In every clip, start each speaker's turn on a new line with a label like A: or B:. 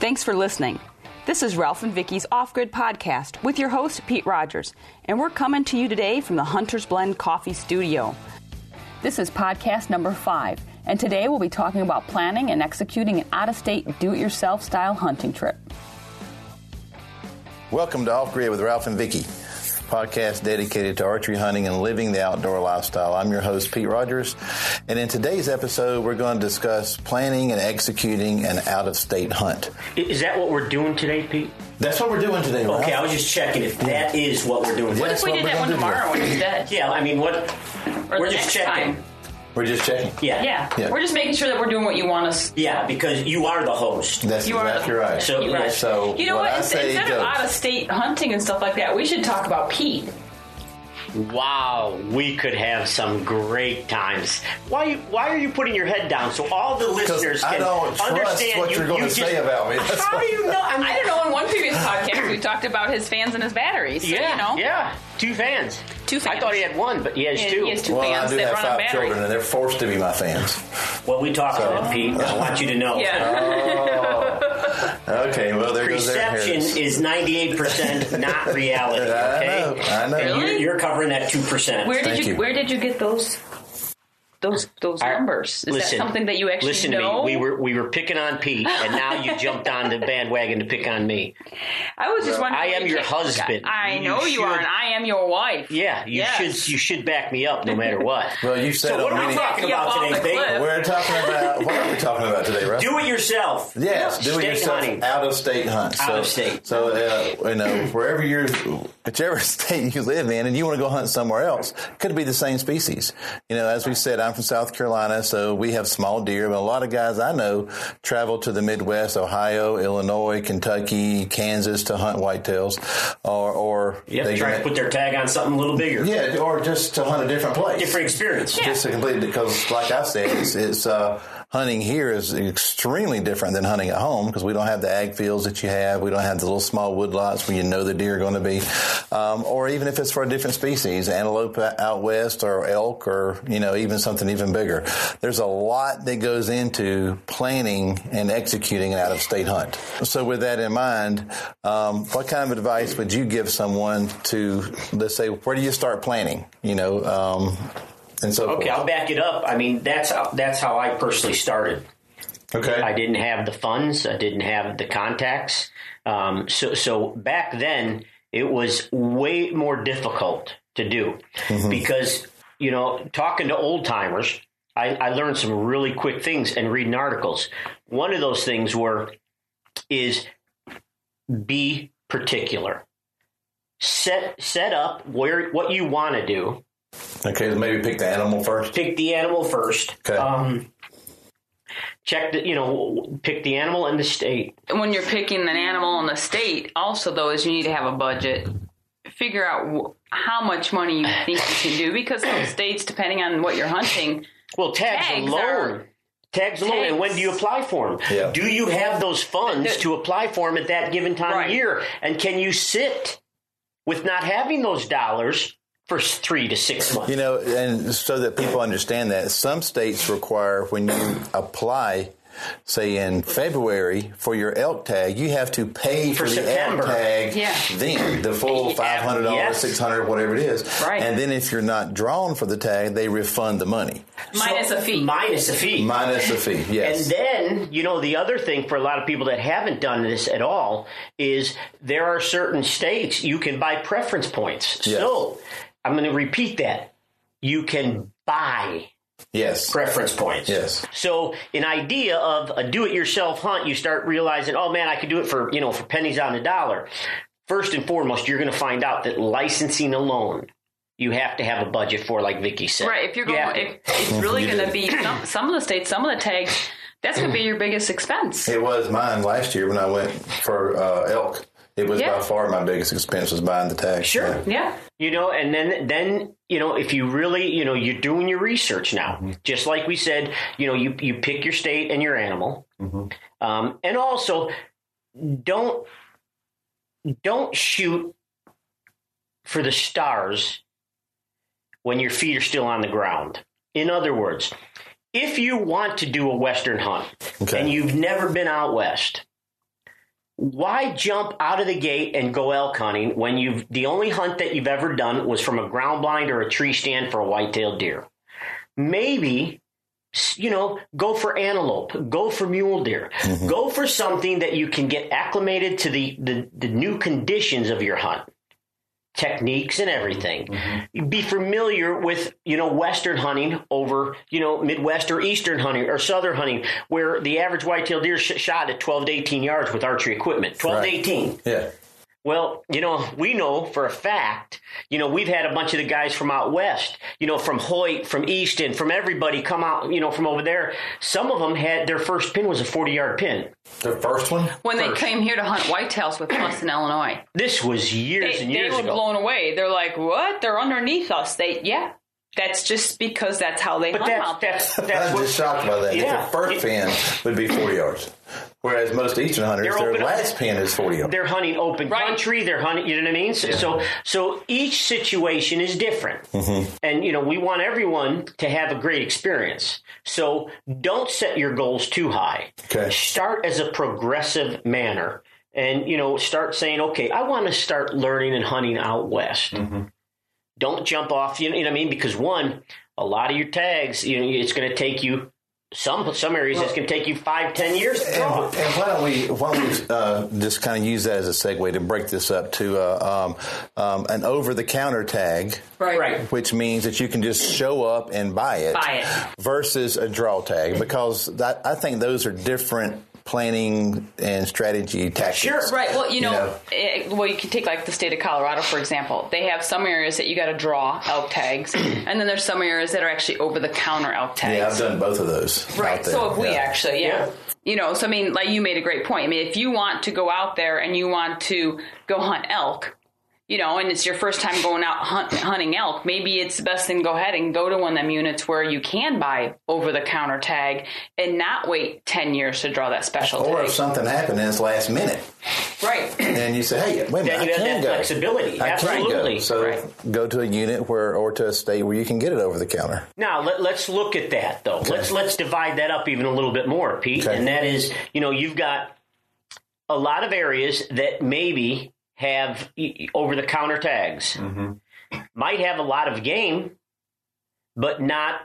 A: Thanks for listening. This is Ralph and Vicky's Off Grid Podcast with your host, Pete Rogers, and we're coming to you today from the Hunter's Blend Coffee Studio. This is podcast number five, and today we'll be talking about planning and executing an out of state do it yourself style hunting trip.
B: Welcome to Off Grid with Ralph and Vicky, podcast dedicated to archery hunting and living the outdoor lifestyle. I'm your host, Pete Rogers, and in today's episode, we're going to discuss planning and executing an out of state hunt.
C: I- Is that what we're doing today, Pete?
B: That's what we're doing today, Ralph.
C: Okay, I was just checking if that is what we're doing.
B: What
C: What
B: if
C: is,
B: we did that one tomorrow
D: instead?
C: yeah, I mean, what?
D: Or
C: we're
D: the
C: just
D: next
C: checking.
D: time.
B: We're just checking.
C: Yeah.
D: Yeah.
B: Yeah.
D: We're just making sure that we're doing what you want us.
C: Yeah, because you are the host.
B: That's
D: You are-
B: exactly right.
C: So,
D: You are.
B: So
D: You know
B: what
D: what?
B: I
D: Ins-
B: say
D: Instead of
B: goes.
D: out of state hunting and stuff like that, we should talk about Pete.
C: Wow, we could have some great times. Why? Why are you putting your head down so all the listeners
B: I
C: can
B: don't trust
C: understand
B: what
C: you,
B: you're gonna
C: you just-
B: say about me. That's
C: how
B: why.
C: do you know? I, mean,
D: I don't know. On one previous podcast, we talked about his fans and his batteries. So,
C: Yeah,
D: you know,
C: yeah, two fans.
D: Two
C: I
D: fans.
C: thought he had one, but he has
D: Yeah,
C: two.
D: he has two.
B: well, I
D: fans
B: do
D: that
B: have
D: run on
B: five
D: batteries.
B: children, and they're forced to be my fans.
C: Well, we talked about it, Pete. I want you to know.
B: uh,
D: Yeah.
B: Okay, well there goes their
C: Perception
B: inheritance.
C: is 98% not reality,
B: I
C: okay?
B: know. I know.
D: Really?
C: You're, you're covering that 2%.
D: where did
B: Thank
D: you,
B: you.
D: Where did you get those? Those those
C: All right,
D: numbers. Is
C: listen,
D: that something that you actually
C: listen
D: know?
C: to me. We were we were picking on Pete, and now you jumped on the bandwagon to pick on me.
D: I was just wondering.
C: I am
D: you
C: your
D: can't-
C: husband.
D: I
C: You
D: know you, are,
C: should-
D: and I am your wife.
C: Yeah, you
D: Yes.
C: should you should back me up no matter what.
B: Well, you said
C: so what
B: on
C: are we
B: many-
C: talking
D: Yeah,
C: about
D: off
C: today,
D: the
C: Pete?
D: cliff.
B: We're talking about what are we talking about today, Russ?
C: Do it yourself.
B: Yes, do it
C: State
B: yourself.
C: hunting.
B: Out of state hunts.
C: Out
B: so,
C: of state.
B: So uh, you know, wherever you're, whichever state you live in, and you want to go hunt somewhere else, could be the same species. You know, as we said, I'm from South Carolina, so we have small deer, but a lot of guys I know travel to the Midwest, Ohio, Illinois, Kentucky, Kansas to hunt whitetails, or or
C: Yep,
B: they
C: trying to put their tag on something a little bigger.
B: yeah, or just to hunt a different place,
C: Different experience.
B: just to complete because like i said it's, it's uh, hunting here is extremely different than hunting at home because we don't have the ag fields that you have we don't have the little small woodlots where you know the deer are going to be um, or even if it's for a different species antelope out west or elk or you know even something even bigger there's a lot that goes into planning and executing an out-of-state hunt so with that in mind um, what kind of advice would you give someone to let's say where do you start planning you know um, and so
C: Okay, I'll
B: forth.
C: back it up. I mean, that's how that's how I personally started.
B: okay.
C: I didn't have the funds. I didn't have the contacts. Um, so, so back then, it was way more difficult to do because you know, talking to old timers, I, I learned some really quick things and reading articles. One of those things were is be particular. Set set up where what you want to do
B: Okay, then maybe pick the animal first.
C: pick the animal first.
B: Okay.
C: Um, check the you know pick the animal and the state.
D: when you're picking an animal in the state, also though, is you need to have a budget. Figure out wh- how much money you think you can do because some states, depending on what you're hunting,
C: Well, tags,
D: Tags
C: alone.
D: are-
C: Tags alone, and when do you apply for them?
B: Yeah.
C: Do you have those funds
D: The-
C: to apply for them at that given time
D: Right.
C: of year? And can you sit with not having those dollars for s- three to six months?
B: You know, and so that people understand that some states require when you apply, say in February for your elk tag, you have to pay for,
C: For
B: the
C: September.
B: elk tag
D: Yeah.
B: then the full
C: Yeah,
B: five hundred dollars,
C: yes.
B: six hundred, whatever it is.
D: Right.
B: And then if you're not drawn for the tag, they refund the money
D: minus a fee.
C: Minus a fee.
B: minus the fee. Yes.
C: And then, you know, the other thing for a lot of people that haven't done this at all is there are certain states you can buy preference points.
B: Yes.
C: So I'm going to repeat that. You can buy
B: yes.
C: preference points.
B: Yes.
C: So an idea of a do-it-yourself hunt, you start realizing, oh man, I could do it for you know for pennies on the dollar. First and foremost, you're going to find out that licensing alone, you have to have a budget for, like Vicky said.
D: Right. If you're
C: You
D: going,
C: have to-
D: if, it's really going to be some, some of the states, some of the tags. That's going to be your biggest expense.
B: It was mine last year when I went for uh, elk. It was
D: Yeah.
B: by far my biggest expense was buying the tag.
C: Sure.
B: Yeah.
D: Yeah.
C: you know and then then you know if you really you know you're doing your research now just like we said you know you you pick your state and your animal um, and also don't don't shoot for the stars when your feet are still on the ground in other words if you want to do a western hunt
B: Okay.
C: and you've never been out west why jump out of the gate and go elk hunting when you've the only hunt that you've ever done was from a ground blind or a tree stand for a white-tailed deer? Maybe you know, go for antelope, go for mule deer, go for something that you can get acclimated to the, the, the new conditions of your hunt, techniques and everything. Be familiar with, you know, Western hunting over, you know, Midwest or Eastern hunting or Southern hunting, where the average whitetail deer sh- shot at 12 to 18 yards with archery equipment. 12
B: Right.
C: to 18.
B: Yeah.
C: Well, you know, we know for a fact, you know, we've had a bunch of the guys from out west, you know, from Hoyt, from Easton, from everybody come out, you know, from over there. Some of them had their first pin was a 40 yard pin.
B: The first one?
D: When
C: First.
D: they came here to hunt whitetails with us in Illinois,
C: This was years
D: they,
C: and
D: they
C: years
D: were
C: ago.
D: blown away. They're like, "What? They're underneath us." They yeah. That's just because that's how they
C: but
D: hunt out
C: that's,
D: there.
C: that's,
B: I
C: that's
B: was just
C: what,
B: shocked by that.
C: Yeah.
B: Your first pin would be 40 yards. Whereas most Eastern hunters,
C: They're
B: their
C: open-
B: last pin is 40 yards.
C: they're hunting open
D: Right.
C: country. They're hunting, you know what I mean? So, so, so each situation is different.
B: Mm-hmm.
C: And, you know, we want everyone to have a great experience. So don't set your goals too high.
B: Okay.
C: start as a progressive manner and you know start saying okay i want to start learning and hunting out west
B: Mm-hmm.
C: don't jump off you know, you know what i mean because one a lot of your tags you know it's going to take you some some areas it's going to take you five ten years to
B: And,
C: draw.
B: and why don't we why don't we uh, just kind of use that as a segue to break this up to uh, um, um, an over the counter tag,
C: right
B: which means that you can just show up and buy it,
D: Buy it.
B: versus a draw tag because that, I think those are different planning and strategy tactics.
C: Sure,
D: Right. Well, you
B: You
D: know,
B: know.
D: It, well, you can take like the state of Colorado for example. They have some areas that you got to draw elk tags, and then there's some areas that are actually over the counter elk tags.
B: Yeah, I've done both of those.
D: Right.
B: out there.
D: So if we
B: Yeah.
D: actually, yeah.
C: Yeah.
D: You know, so I mean, like you made a great point. I mean, if you want to go out there and you want to go hunt elk, you know, and it's your first time going out hunt, hunting elk, maybe it's the best thing to go ahead and go to one of them units where you can buy over the counter tag and not wait 10 years to draw that special
B: Or if
D: tag.
B: something happened and it's last minute,
D: Right.
B: and you say, "Hey, wait a minute,
C: Then you
B: I
C: have
B: can
C: that
B: go."
C: flexibility.
B: I can go.
C: Absolutely.
B: So
D: Right.
B: go to a unit where, or to a state where you can get it over the counter.
C: Now let, let's look at that though. Let's let's divide that up even a little bit more, Pete.
B: Okay.
C: And that is, you know, you've got a lot of areas that maybe have over the counter tags,
B: Mm-hmm.
C: might have a lot of game, but not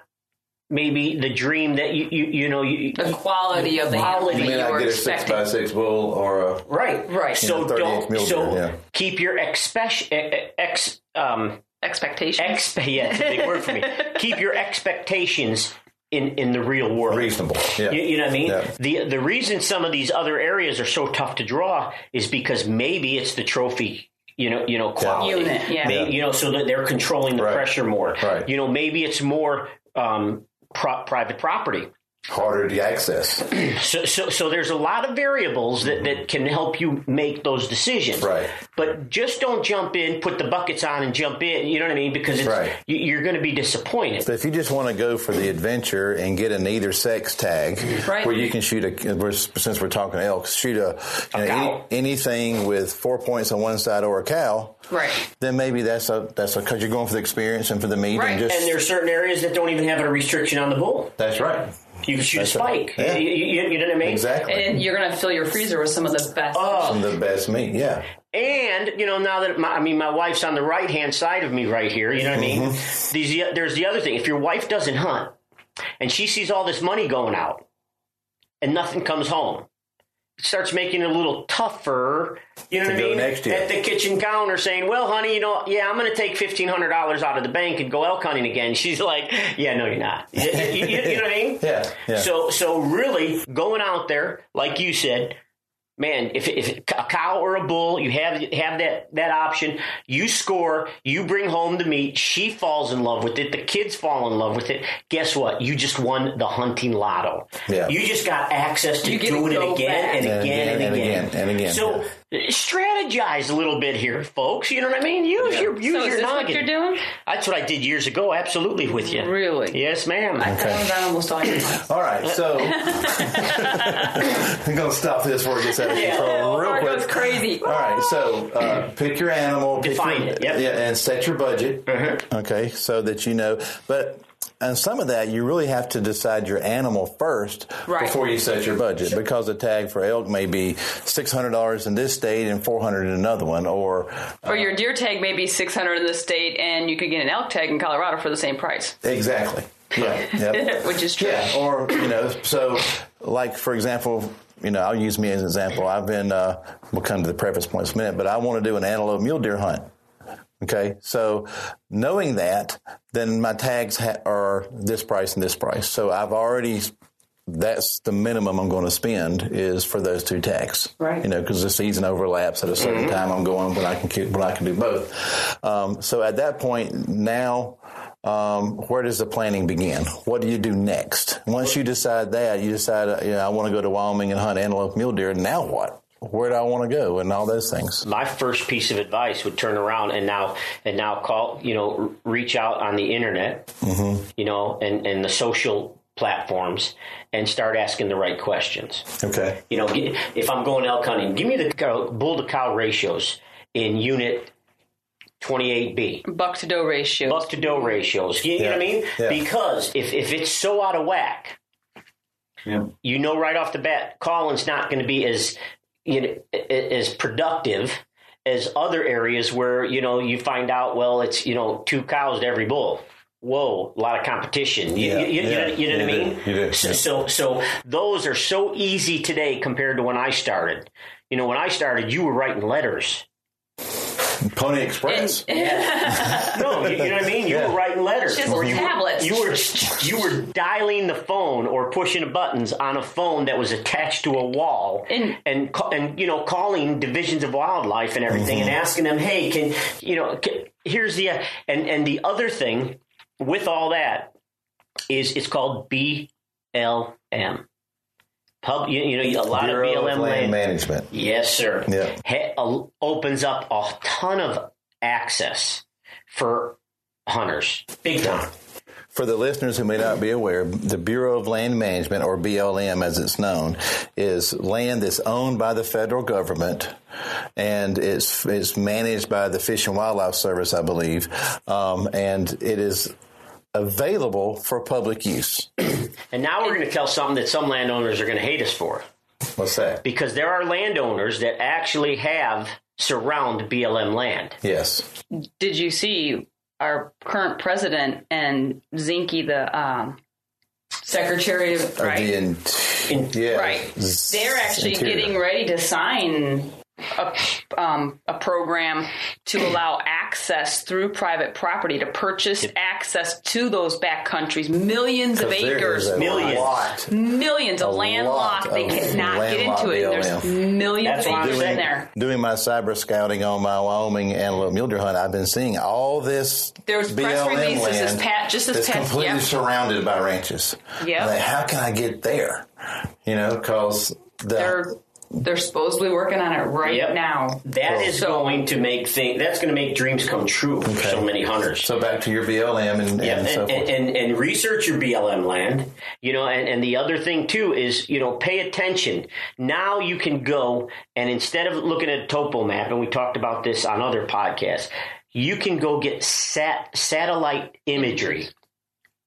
C: maybe the dream that you you, you know you,
D: The quality of the elk
C: Quality.
D: that
C: You
D: you
C: may
B: I
D: were
B: get a six
D: expecting.
B: by six bull or a
C: right
D: Right.
C: So
B: You know, 38
C: don't
B: mule
C: so
B: deer, yeah.
C: keep your expect ex um
D: Expectation.
C: ex yeah, it's a big word for me. Keep your expectations in in the real world.
B: reasonable. Yeah.
C: You, you know what I mean?
B: Yeah.
C: The the reason some of these other areas are so tough to draw is because maybe it's the trophy, you know, you know, quality.
D: Unit, yeah.
C: May-
D: Yeah.
C: You know, so that they're controlling the
B: Right.
C: pressure more.
B: Right.
C: You know, maybe it's more um, pro- private property.
B: Harder to access.
C: So, so, so there's a lot of variables that, that can help you make those decisions.
B: Mm-hmm. Right.
C: But just don't jump in, put the buckets on, and jump in. You know what I mean? Because it's,
B: Right.
C: you, you're going to be disappointed.
B: But if you just want to go for the adventure and get an either sex tag,
D: Right.
B: where you can shoot a, we're- since we're talking elk, shoot a, you know,
C: cow.
B: any- anything with four points on one side or a cow,
D: Right.
B: then maybe that's a that's a because you're going for the experience and for the meat
D: Right.
B: and just
C: And there's certain areas that don't even have a restriction on the bull.
B: that's right,
C: You can shoot a
B: That's right.
C: spike.
B: Yeah.
C: You, you- you know what I mean?
B: exactly.
D: And you're going to fill your freezer with some of the best.
B: Some
C: Oh.
B: of the best meat, yeah.
C: And you know, now that my, I mean, my wife's on the right hand side of me right here. You know what I mean?
B: Mm-hmm.
C: These, there's the other thing. If your wife doesn't hunt and she sees all this money going out and nothing comes home, it starts making it a little tougher. You know
B: To
C: what I
B: go
C: mean?
B: next year.
C: At the kitchen counter, saying, "Well, honey, you know, yeah, I'm going to take fifteen hundred dollars out of the bank and go elk hunting again." She's like, "Yeah, no, you're not." You, you- you- you know what I mean?
B: Yeah, yeah.
C: So, so really going out there, like you said, man, if, if a cow or a bull, you have have that that option. You score, you bring home the meat. She falls in love with it. The kids fall in love with it. Guess what? You just won the hunting lotto.
B: Yeah.
C: You just got access to
D: You get to
C: doing
D: go
C: it again
D: back.
C: and
B: And
C: again and,
B: again,
C: again
B: and again, and again,
C: So strategize a little bit here, folks. You know what I mean? Use your use
D: so is
C: your
D: this
C: noggin.
D: what you're doing?
C: That's what I did years ago. Absolutely with you.
D: Really?
C: Yes, ma'am.
D: That was almost all your time.
B: All right, so
C: uh,
B: I'm gonna stop this before it gets out of
C: Yeah.
B: control real
D: Mark
B: quick.
D: goes crazy.
B: All right, so uh, pick your animal, pick
C: Define
B: your-
C: it, yep. Mm-hmm.
B: yeah, and set your budget. Okay, so that you know. But And some of that you really have to decide your animal first
D: Right.
B: before you set your budget because a tag for elk may be $600 in this state and 400 in another one or
D: Or your deer tag may be 600 in the state, and you could get an elk tag in Colorado for the same price,
B: exactly. Yeah. Yep.
D: which is true.
B: Yeah, or you know, so like for example, you know, I'll use me as an example. I've been uh, we'll come to the preface points in a minute, but I want to do an antelope mule deer hunt. Okay, so knowing that, then my tags ha- are this price and this price. So I've already that's the minimum I'm going to spend is for those two tags.
D: Right.
B: You know, because the season overlaps at a certain time. I'm going when I can keep, when I can do both. Um, so at that point now, um, where does the planning begin? What do you do next? Once you decide that, you decide, uh, you know, I want to go to Wyoming and hunt antelope mule deer. Now what? Where do I want to go? And all those things.
C: my first piece of advice would turn around and now and now call you know r- reach out on the internet you know and and the social platforms and start asking the right questions
B: Okay.
C: you know gi- if i'm going elk hunting give me the cow, bull to cow ratios in unit 28b
D: Buck to doe ratio.
C: buck to doe ratios you, you know what i mean
B: Yeah.
C: because if if it's so out of whack
B: Yeah.
C: you know right off the bat Colin's not going to be as you know, as productive as other areas where you know you find out well it's you know two cows to every bull. Whoa, a lot of competition. You,
B: Yeah,
C: you- you- you
B: yeah,
C: know, you know what
B: you
C: I
B: do,
C: mean?
B: you do,
C: so,
B: yeah.
C: so so those are so easy today compared to when I started. You know, when I started, you were writing letters.
B: Pony Express.
C: No, you, you know what I mean. You were writing letters,
D: Just
C: you Were,
D: tablets.
C: you were you were dialing the phone or pushing the buttons on a phone that was attached to a wall,
D: And-
C: and ca- and you know calling divisions of wildlife and everything, and
B: Mm-hmm.
C: asking them, hey, can you know? Can, here's the uh, and and the other thing with all that is it's called BLM. Pub, you, you know, a lot
B: Bureau
C: of BLM
B: of Land Management.
C: Yes, sir.
B: Yeah.
C: He- uh, opens up a ton of access for hunters, big time.
B: For the listeners who may not be aware, the Bureau of Land Management, or BLM as it's known, is land that's owned by the federal government and it's, it's managed by the Fish and Wildlife Service, I believe, um, and it is available for public use.
C: And now we're going to tell something that some landowners are going to hate us for
B: What's that?
C: because there are landowners that actually have surround BLM land.
B: Yes.
D: Did you see our current president and Zinke, the um, secretary of, right?
B: The int-
C: In-
B: yeah.
D: Right. They're actually
B: Interior.
D: getting ready to sign a, um, a program to allow access through private property to purchase access to those back countries, millions of
B: 'Cause there
D: acres,
B: is a
C: millions.
B: lot.
D: millions of landlocked.
B: lot
D: They
B: of
D: cannot get
B: landlocked
D: into it. And there's millions
C: That's
D: of
C: why
D: acres
C: they-
D: in there.
B: Doing my cyber scouting on my Wyoming antelope mule deer hunt, I've been seeing all this.
D: There's
B: BLM
D: press releases this
B: land
D: pat- just this
B: that's
D: past-
B: completely
D: yep.
B: surrounded by ranches.
D: Yep.
B: I'm Like, how can I get there? You know, because
D: They're they're supposedly working on it right
C: Yep.
D: now.
C: That is going to make thing. That's going to make dreams come true for so many hunters.
B: so back to your BLM and,
C: Yeah,
B: and so
C: and,
B: forth.
C: and, and, and research your BLM land. You know, and, and the other thing too is, you know, pay attention. Now you can go and instead of looking at a topo map, and we talked about this on other podcasts, you can go get sat satellite imagery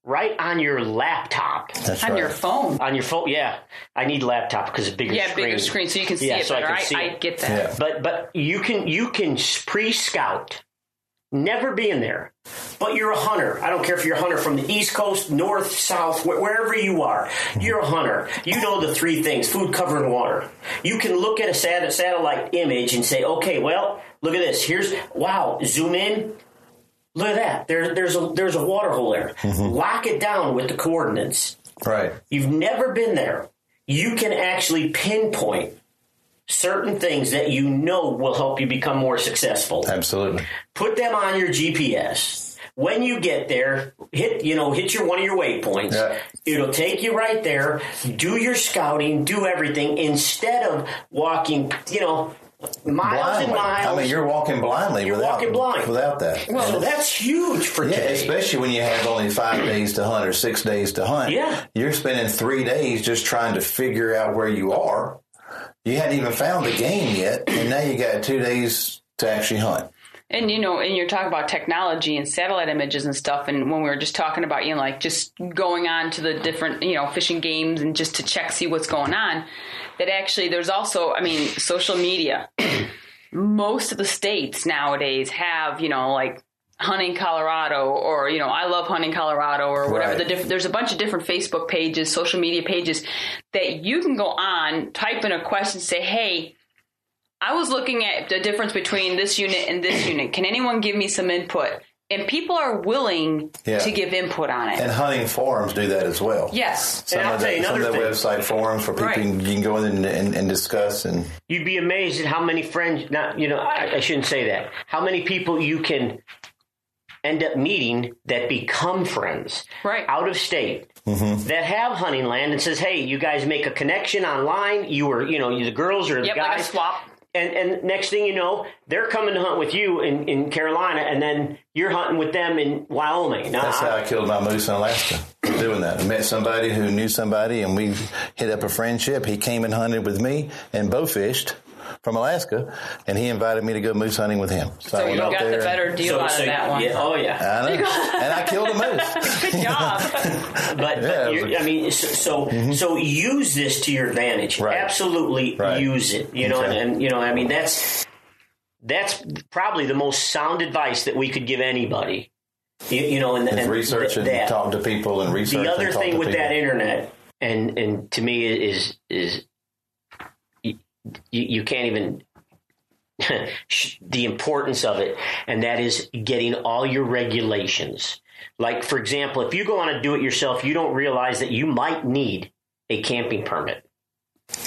C: right on your laptop.
B: That's
D: on
B: right.
D: your phone.
C: On your phone, yeah. I need laptop because it's bigger
D: Yeah,
C: screen.
D: bigger screen so you can see
C: Yeah,
D: it
C: so I
D: better.
C: can
D: I,
C: see
D: I
C: it.
D: get that.
B: Yeah.
C: But but you can you can pre scout, never being there. But you're a hunter. I don't care if you're a hunter from the East Coast, North, South, wh- wherever you are. You're a hunter. You know the three things: food, cover, and water. You can look at a, sat- a satellite image and say, "Okay, well, look at this. Here's wow. Zoom in. Look at that. There, there's a there's a water hole there. Lock it down with the coordinates."
B: right.
C: you've never been there, you can actually pinpoint certain things that you know will help you become more successful.
B: Absolutely.
C: Put them on your GPS. When you get there, hit you know hit your one of your waypoints.
B: Yeah.
C: It'll take you right there. Do your scouting, do everything instead of walking, you know, miles and
B: Blindly.
C: miles.
B: I mean, you're walking blindly
C: You're
B: without
C: walking blind.
B: without that.
C: so that's huge for
B: Yeah,
C: today.
B: especially when you have only five days to hunt or six days to hunt.
C: Yeah.
B: You're spending three days just trying to figure out where you are. You hadn't even found the game yet, and now you got two days to actually hunt.
D: And you know, and you're talking about technology and satellite images and stuff. And when we were just talking about, you know, like just going on to the different, you know, fishing games and just to check see what's going on. That actually, there's also, I mean, social media. Most of the states nowadays have, you know, like hunting Colorado or you know I love hunting Colorado or whatever
B: Right.
D: the diff- there's a bunch of different Facebook pages, social media pages that you can go on, type in a question, say, "Hey, I was looking at the difference between this unit and this unit. Can anyone give me some input?" And people are willing
B: Yeah.
D: to give input on it.
B: And hunting forums do that as well.
D: yes.
B: Some
C: And I'll
B: of
C: tell
B: the,
C: you
B: some of the
C: another
B: website forums for people
D: Right.
B: you, can, you can go in and, and, and discuss and
C: You'd be amazed at how many friends. Not you know, I, I shouldn't say that. How many people you can end up meeting that become friends,
D: Right.
C: Out of state
B: Mm-hmm.
C: that have hunting land and says, "Hey, you guys make a connection online. You were, you know, the girls or the
D: Yep,
C: guys
D: like a swap.
C: and and next thing you know, they're coming to hunt with you in, in Carolina, and then you're hunting with them in Wyoming. Now,
B: That's
C: I-
B: how I killed my moose in Alaska. Doing that, I met somebody who knew somebody, and we hit up a friendship. He came and hunted with me and bow fished from Alaska, and he invited me to go moose hunting with him. So,
D: So you got the better deal out of that one.
C: yeah, oh yeah,
B: I know, and I killed a moose.
D: Good job.
C: but, but
B: Yeah, it
C: you're-
B: was a-
C: I mean, so so, so use this to your advantage.
B: Right.
C: Absolutely
B: Right.
C: use it. You know,
B: Okay.
C: and, and you know, I mean, that's that's probably the most sound advice that we could give anybody. You, you know, and,
B: And
C: and
B: research and
C: that.
B: talk to people, and research.
C: the other
B: and talk
C: thing
B: to
C: with
B: people.
C: that internet and and to me is is you, you can't even sh- the importance of it and that is getting all your regulations like for example if you go on a do it yourself you don't realize that you might need a camping permit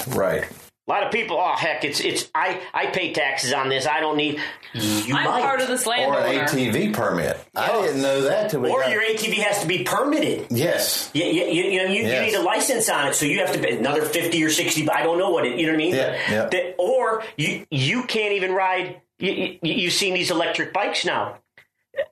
B: right?
C: a lot of people oh heck it's it's i i pay taxes on this i don't need you
D: I'm
C: might
D: part of this
B: Or an
D: landowner.
B: ATV permit. I didn't know that till we
C: or
B: got.
C: your atv has to be permitted
B: yes.
C: Yeah, yeah, you, you know, you,
B: Yes.
C: you need a license on it, so you have to pay another fifty or sixty. but I don't know what it. You know what I mean?
B: Yeah, yeah.
C: That- or you you can't even ride. You, you, you've seen these electric bikes now.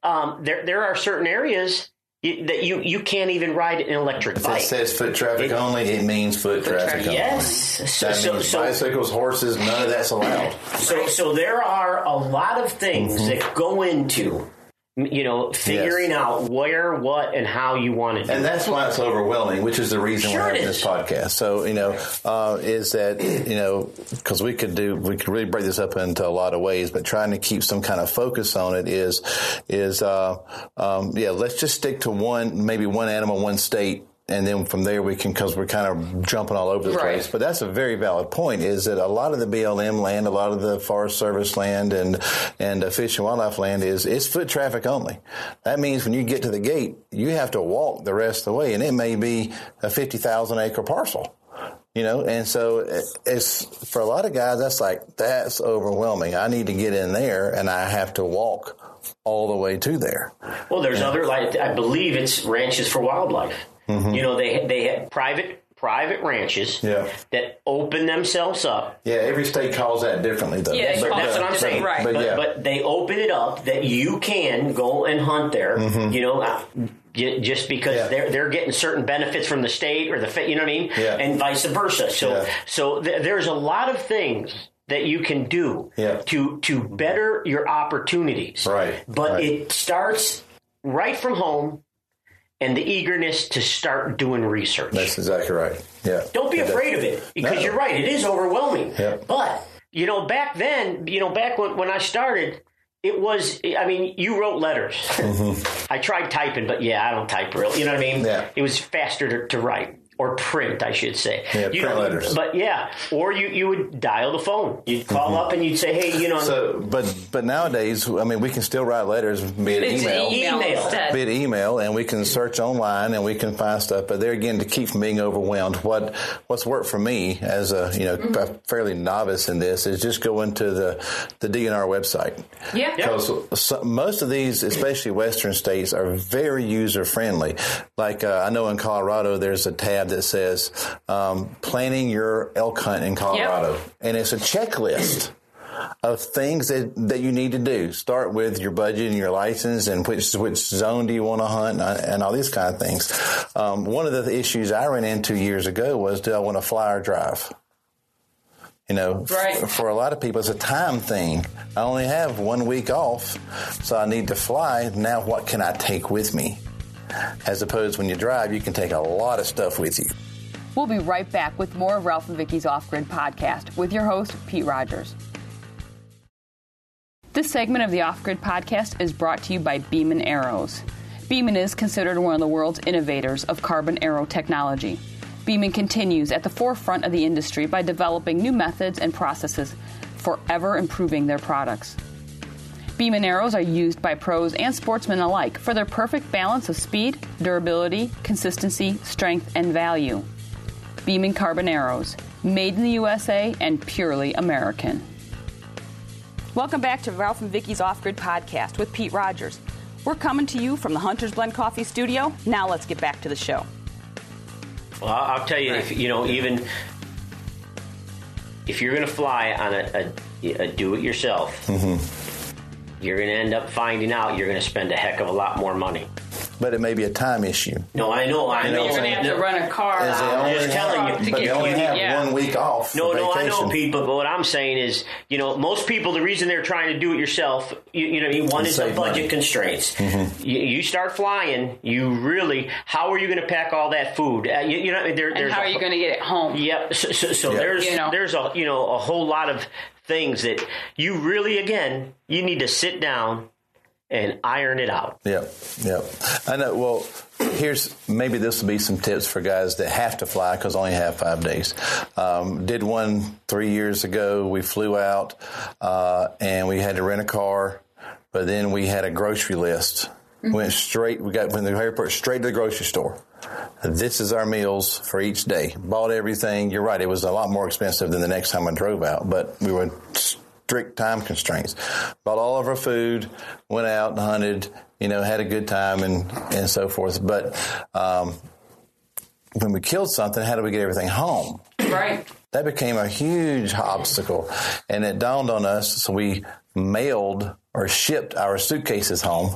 C: Um, there there are certain areas you, that you you can't even ride an electric
B: If it
C: bike.
B: says foot traffic only, it means foot, traffic,
D: traffic.
B: only.
C: yes. So
B: That
C: so,
B: means
C: so,
B: bicycles, horses, none of that's allowed.
C: so so there are a lot of things
B: Mm-hmm.
C: that go into you know figuring out where, what, and how you want to do.
B: And
C: it.
B: that's why it's overwhelming, which is the reason
C: Sure
B: we're
C: it
B: having this
C: is.
B: podcast. So, you know, uh, is that, you know, because we could do, we could really break this up into a lot of ways, but trying to keep some kind of focus on it is, is, uh, um, yeah, let's just stick to one, maybe one animal, one state. And then from there we can, because we're kind of jumping all over the
D: Right.
B: place. But that's a very valid point. Is that a lot of the BLM land, a lot of the Forest Service land, and and uh, Fish and Wildlife land is it's foot traffic only. That means when you get to the gate, you have to walk the rest of the way, and it may be a fifty thousand acre parcel. You know, and so it- it's for a lot of guys. That's like that's overwhelming. I need to get in there, and I have to walk all the way to there.
C: Well, there's other like I believe it's ranches for wildlife. You know, they they have private private ranches
B: Yeah.
C: that open themselves up.
B: Yeah, every state calls that differently, though.
D: Yeah,
C: But
D: Oh,
C: that's what I'm
D: but-
C: saying.
D: right.
C: But,
B: but yeah.
C: but they open it up that you can go and hunt there. You know. uh, ju- Just
B: Mm-hmm.
C: because
B: Yeah.
C: they're they're getting certain benefits from the state or the fa- you know what I mean,
B: Yeah.
C: and vice versa. So
B: Yeah.
C: so th- there's a lot of things that you can do
B: Yeah.
C: to to better your opportunities.
B: Right,
C: But
B: right.
C: it starts right from home and the eagerness to start doing research.
B: That's exactly right. Yeah.
C: Don't be
B: It does.
C: afraid of it because
B: No.
C: you're right. It is overwhelming.
B: Yep.
C: But, you know, back then, you know, back when, when I started, it was, I mean, you wrote letters. I tried typing, but yeah, I don't type real. You know what I mean?
B: Mm-hmm. Yeah.
C: It was faster to, to write or print, I should say.
B: Yeah,
C: You
B: print
C: know,
B: letters.
C: But yeah, or you, you would dial the phone. You'd call up and you'd say, hey, you know,
B: Mm-hmm. So, but but nowadays, I mean, we can still write letters via
D: It's e-,
B: email,
C: Email.
D: instead.
B: via email, and we can search online and we can find stuff. But there again, to keep from being overwhelmed, what what's worked for me as a you know
D: Mm-hmm.
B: a fairly novice in this is just go into the the DNR website.
D: Yeah.
B: Because so, most of these, especially Western states, are very user friendly. Like uh, I know in Colorado, there's a tab that says um, planning your elk hunt in Colorado, and it's a checklist of things that, that you need to do. Start with your budget and your license and which which zone do you want to hunt and, and all these kind of things. Um, one of the issues I ran into years ago was do I want to fly or drive? You know,
D: Right.
B: f- for a lot of people, it's a time thing. I only have one week off, so I need to fly. Now, what can I take with me? As opposed when you drive, you can take a lot of stuff with you.
A: We'll be right back with more of Ralph and Vicky's Off Grid Podcast with your host, Pete Rogers. This segment of the Off Grid Podcast is brought to you by Beeman Arrows. Beeman is considered one of the world's innovators of carbon arrow technology. Beeman continues at the forefront of the industry by developing new methods and processes, forever improving their products. Beam and arrows are used by pros and sportsmen alike for their perfect balance of speed, durability, consistency, strength, and value. Beam and carbon arrows, made in the USA and purely American.
D: Welcome back to Ralph and Vicky's Off Grid Podcast with Pete Rogers.
A: We're coming to you from the Hunter's Blend Coffee Studio. Now let's get back to the show.
C: Well, I- I'll tell you, if, you know, even if you're going to fly on a, a, a do-it-yourself,
D: Mm-hmm.
C: you're going to end up finding out you're going to spend a heck of a lot more money.
B: But it may be a time issue.
C: No, I know, I
B: know,
C: know.
D: You're gonna have to run a car.
B: As they
D: out
B: only
C: just
B: have-
C: telling you,
D: to
B: but
D: get
B: they only
D: you-
B: have
D: yeah.
B: one week off.
C: No,
B: for
C: no, I know
B: vacation.
C: people, but what I'm saying is, you know, most people, the reason they're trying to do it yourself, you, you know, you- one
B: And
C: is the
B: save
C: budget
B: money.
C: constraints.
D: Mm-hmm.
C: You, you start flying, you really, how are you going to pack all that food? Uh, you, you know, there,
D: And
C: there's
D: how
C: a-
D: are you going to get it home?
C: Yep. So, so, so
B: Yeah.
C: there's
D: You know.
C: there's a you know a whole lot of things that you really again you need to sit down and iron it out.
B: Yep, yep. I know. Well, here's maybe this will be some tips for guys that have to fly because only have five days. Um, did one three years ago. We flew out uh, and we had to rent a car, but then we had a grocery list. Went straight. We got from the airport straight to the grocery store. This is our meals for each day. Bought everything. You're right. It was a lot more expensive than the next time I drove out, but we were strict time constraints. Bought all of our food, went out, hunted, you know, had a good time, and and so forth. But um, when we killed something, how do we get everything home?
D: Right.
B: That became a huge obstacle, and it dawned on us. So we mailed or shipped our suitcases home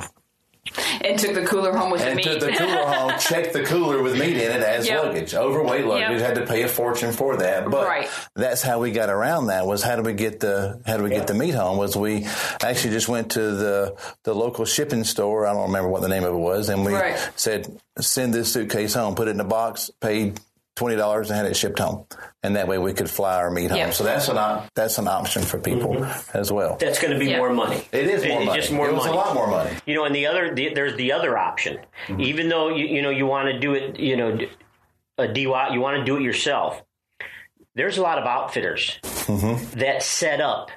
D: And took the cooler home with the
B: and
D: meat.
B: took the cooler home, checked the cooler with meat in it as
D: Yep.
B: luggage, overweight luggage.
D: Yep.
B: Had to pay a fortune for that, but
D: Right.
B: that's how we got around that. Was how do we get the how do we get the meat home? Was we actually just went to the the local shipping store? I don't remember what the name of it was, and we
D: Right.
B: said send this suitcase home, put it in a box, paid. Twenty dollars and had it shipped home, and that way we could fly our meat home.
D: Yep.
B: So that's an op- that's an option for people as well.
C: That's going to be
D: Yeah.
C: more money.
B: Mm-hmm. It is more
C: It's
B: money.
C: Just more
B: it was
C: money.
B: a lot Mm-hmm. more money.
C: You know, and the other the, there's the other option. Even though you you know you want to do it, you know, d- a DIY, you want to do it yourself. There's a lot of outfitters
B: Mm-hmm.
C: that set up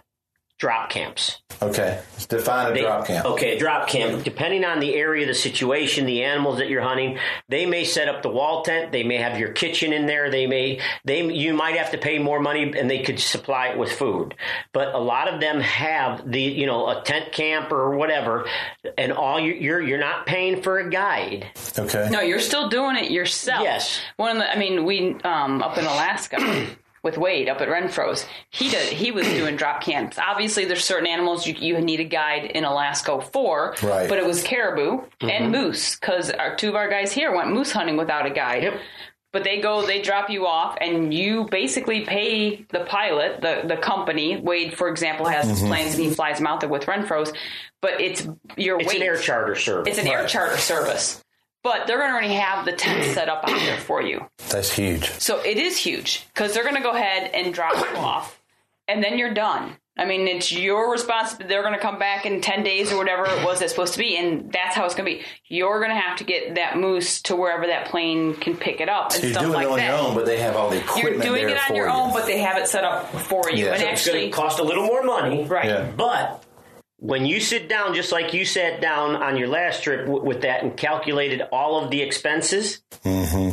C: drop camps.
B: Okay, let's define a
C: They-
B: drop camp.
C: Okay, drop camp. Depending on the area, the situation, the animals that you're hunting, they may set up the wall tent. They may have your kitchen in there. They may they you might have to pay more money, and they could supply it with food. But a lot of them have the you know a tent camp or whatever, and all you, you're you're not paying for a guide.
B: Okay.
D: No, you're still doing it yourself.
C: Yes.
D: One of the, I mean, we um, up in Alaska with Wade up at Renfro's. He did. He was doing drop camps. Obviously, there's certain animals you, you need a guide in Alaska for.
B: Right.
D: But it was caribou
C: Mm-hmm.
D: and moose because our two of our guys here went moose hunting without a guide.
C: Yep.
D: But they go, they drop you off, and you basically pay the pilot, the, the company. Wade, for example, has
C: Mm-hmm.
D: his planes and he flies them out there with Renfro's. But it's your
C: It's
D: weight
C: an air charter service.
D: it's an air charter service, but they're going to already have the tent set up out there for you.
B: That's huge.
D: So it is huge because they're going to go ahead and drop you off, and then you're done. I mean, it's your responsibility. They're going to come back in 10 days or whatever it was that's supposed to be, and that's how it's going to be. You're going to have to get that moose to wherever that plane can pick it up and
B: You're
D: stuff
B: doing
D: like
B: it on
D: that.
B: your own, but they have all the equipment
D: You're doing
B: there
D: it
B: for
D: on your
B: you.
D: own, but they have it set up for you.
B: Yeah.
D: And
B: So
C: it's going
D: actually,
C: to cost a little more money,
D: right.
B: Yeah.
C: But when you sit down, just like you sat down on your last trip w- with that and calculated all of the expenses,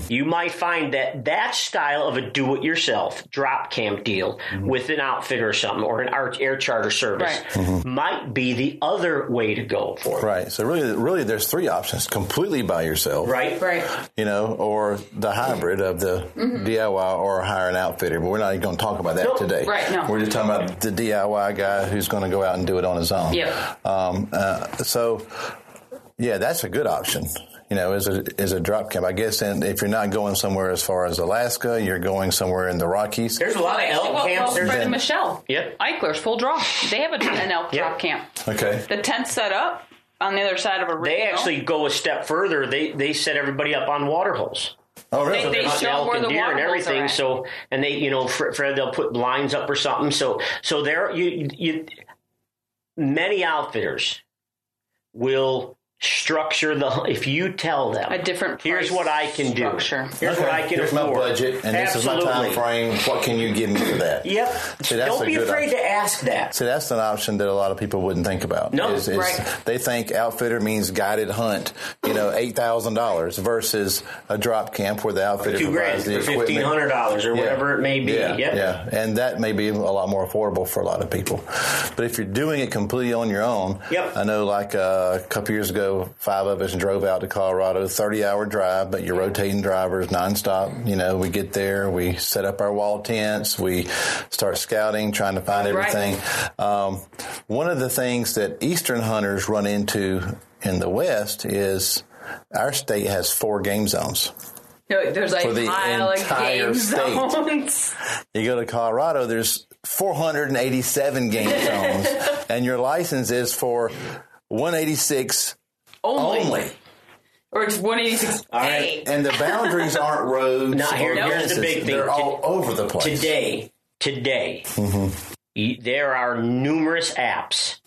C: you might find that that style of a do-it-yourself drop camp deal with an outfit or something or an ar- air charter service
D: Right.
C: might be the other way to go for it.
B: right. So really, really, there's three options: completely by yourself,
C: Right.
D: Right.
B: You know, or the hybrid of the
D: Mm-hmm.
B: DIY or hire an outfitter. But we're not even going to talk about that
C: Nope.
B: today.
D: Right, no.
B: We're just talking about the DIY guy who's going to go out and do it on his own.
D: Yep.
B: Um, uh, so, yeah, that's a good option. you know, is a is a drop camp. I guess in, if you're not going somewhere as far as Alaska, you're going somewhere in the Rockies.
C: There's a lot of elk
D: well,
C: camps.
D: well,
C: There's
D: Fred and Michelle.
C: Yep.
D: Eichler's full draw. They have a, an elk
C: Yep.
D: drop camp.
B: Okay.
D: The tent's set up on the other side of a.
C: they
D: ridge, no?
C: actually go a step further. They they set everybody up on water holes.
B: Oh, really?
D: They- they-
C: Not
D: show
C: elk
D: where
C: and
D: the
C: deer
D: water
C: and
D: holes are
C: everything.
D: at.
C: So and they you know Fred, Fred they'll put blinds up or something. So so there you you many outfitters will structure the if you tell them
D: A different
C: here's
D: price
C: what I can
D: structure.
C: do here's what I can
B: Here's my
C: afford
B: budget, and this is my
C: Absolutely.
B: time frame. What can you give me for that?
C: Yep.
B: See, that's
C: Don't
B: a
C: be
B: good
C: afraid
B: option.
C: to ask that.
B: See, that's an option that a lot of people wouldn't think about.
C: No,
D: right.
B: They think outfitter means guided hunt, you know, eight thousand dollars versus a drop camp where the outfitter
C: two grand
B: provides the
C: or
B: equipment.
C: fifteen hundred dollars or
B: Yeah.
C: whatever it may be.
B: Yeah,
C: Yep.
B: yeah, and that may be a lot more affordable for a lot of people. But if you're doing it completely on your own,
C: Yep.
B: I know. Like uh, a couple years ago, five of us drove out to Colorado, thirty-hour drive, but you're rotating drivers nonstop. You know, we get there, we set up our wall tents, we start scouting, trying to find
D: Right.
B: everything. Um, one of the things that Eastern hunters run into in the West is our state has four game zones.
D: No, there's like
B: For the
D: pile of
B: entire
D: game
B: state.
D: zones.
B: You go to Colorado, there's 487 game zones, and your license is for 186
D: only.
B: only.
D: Or it's 186. Hey.
B: And the boundaries aren't roads.
C: Now, here-
B: or
C: here's the big
B: fences.
C: thing.
B: They're all over the place.
C: Today, today, y- there are numerous apps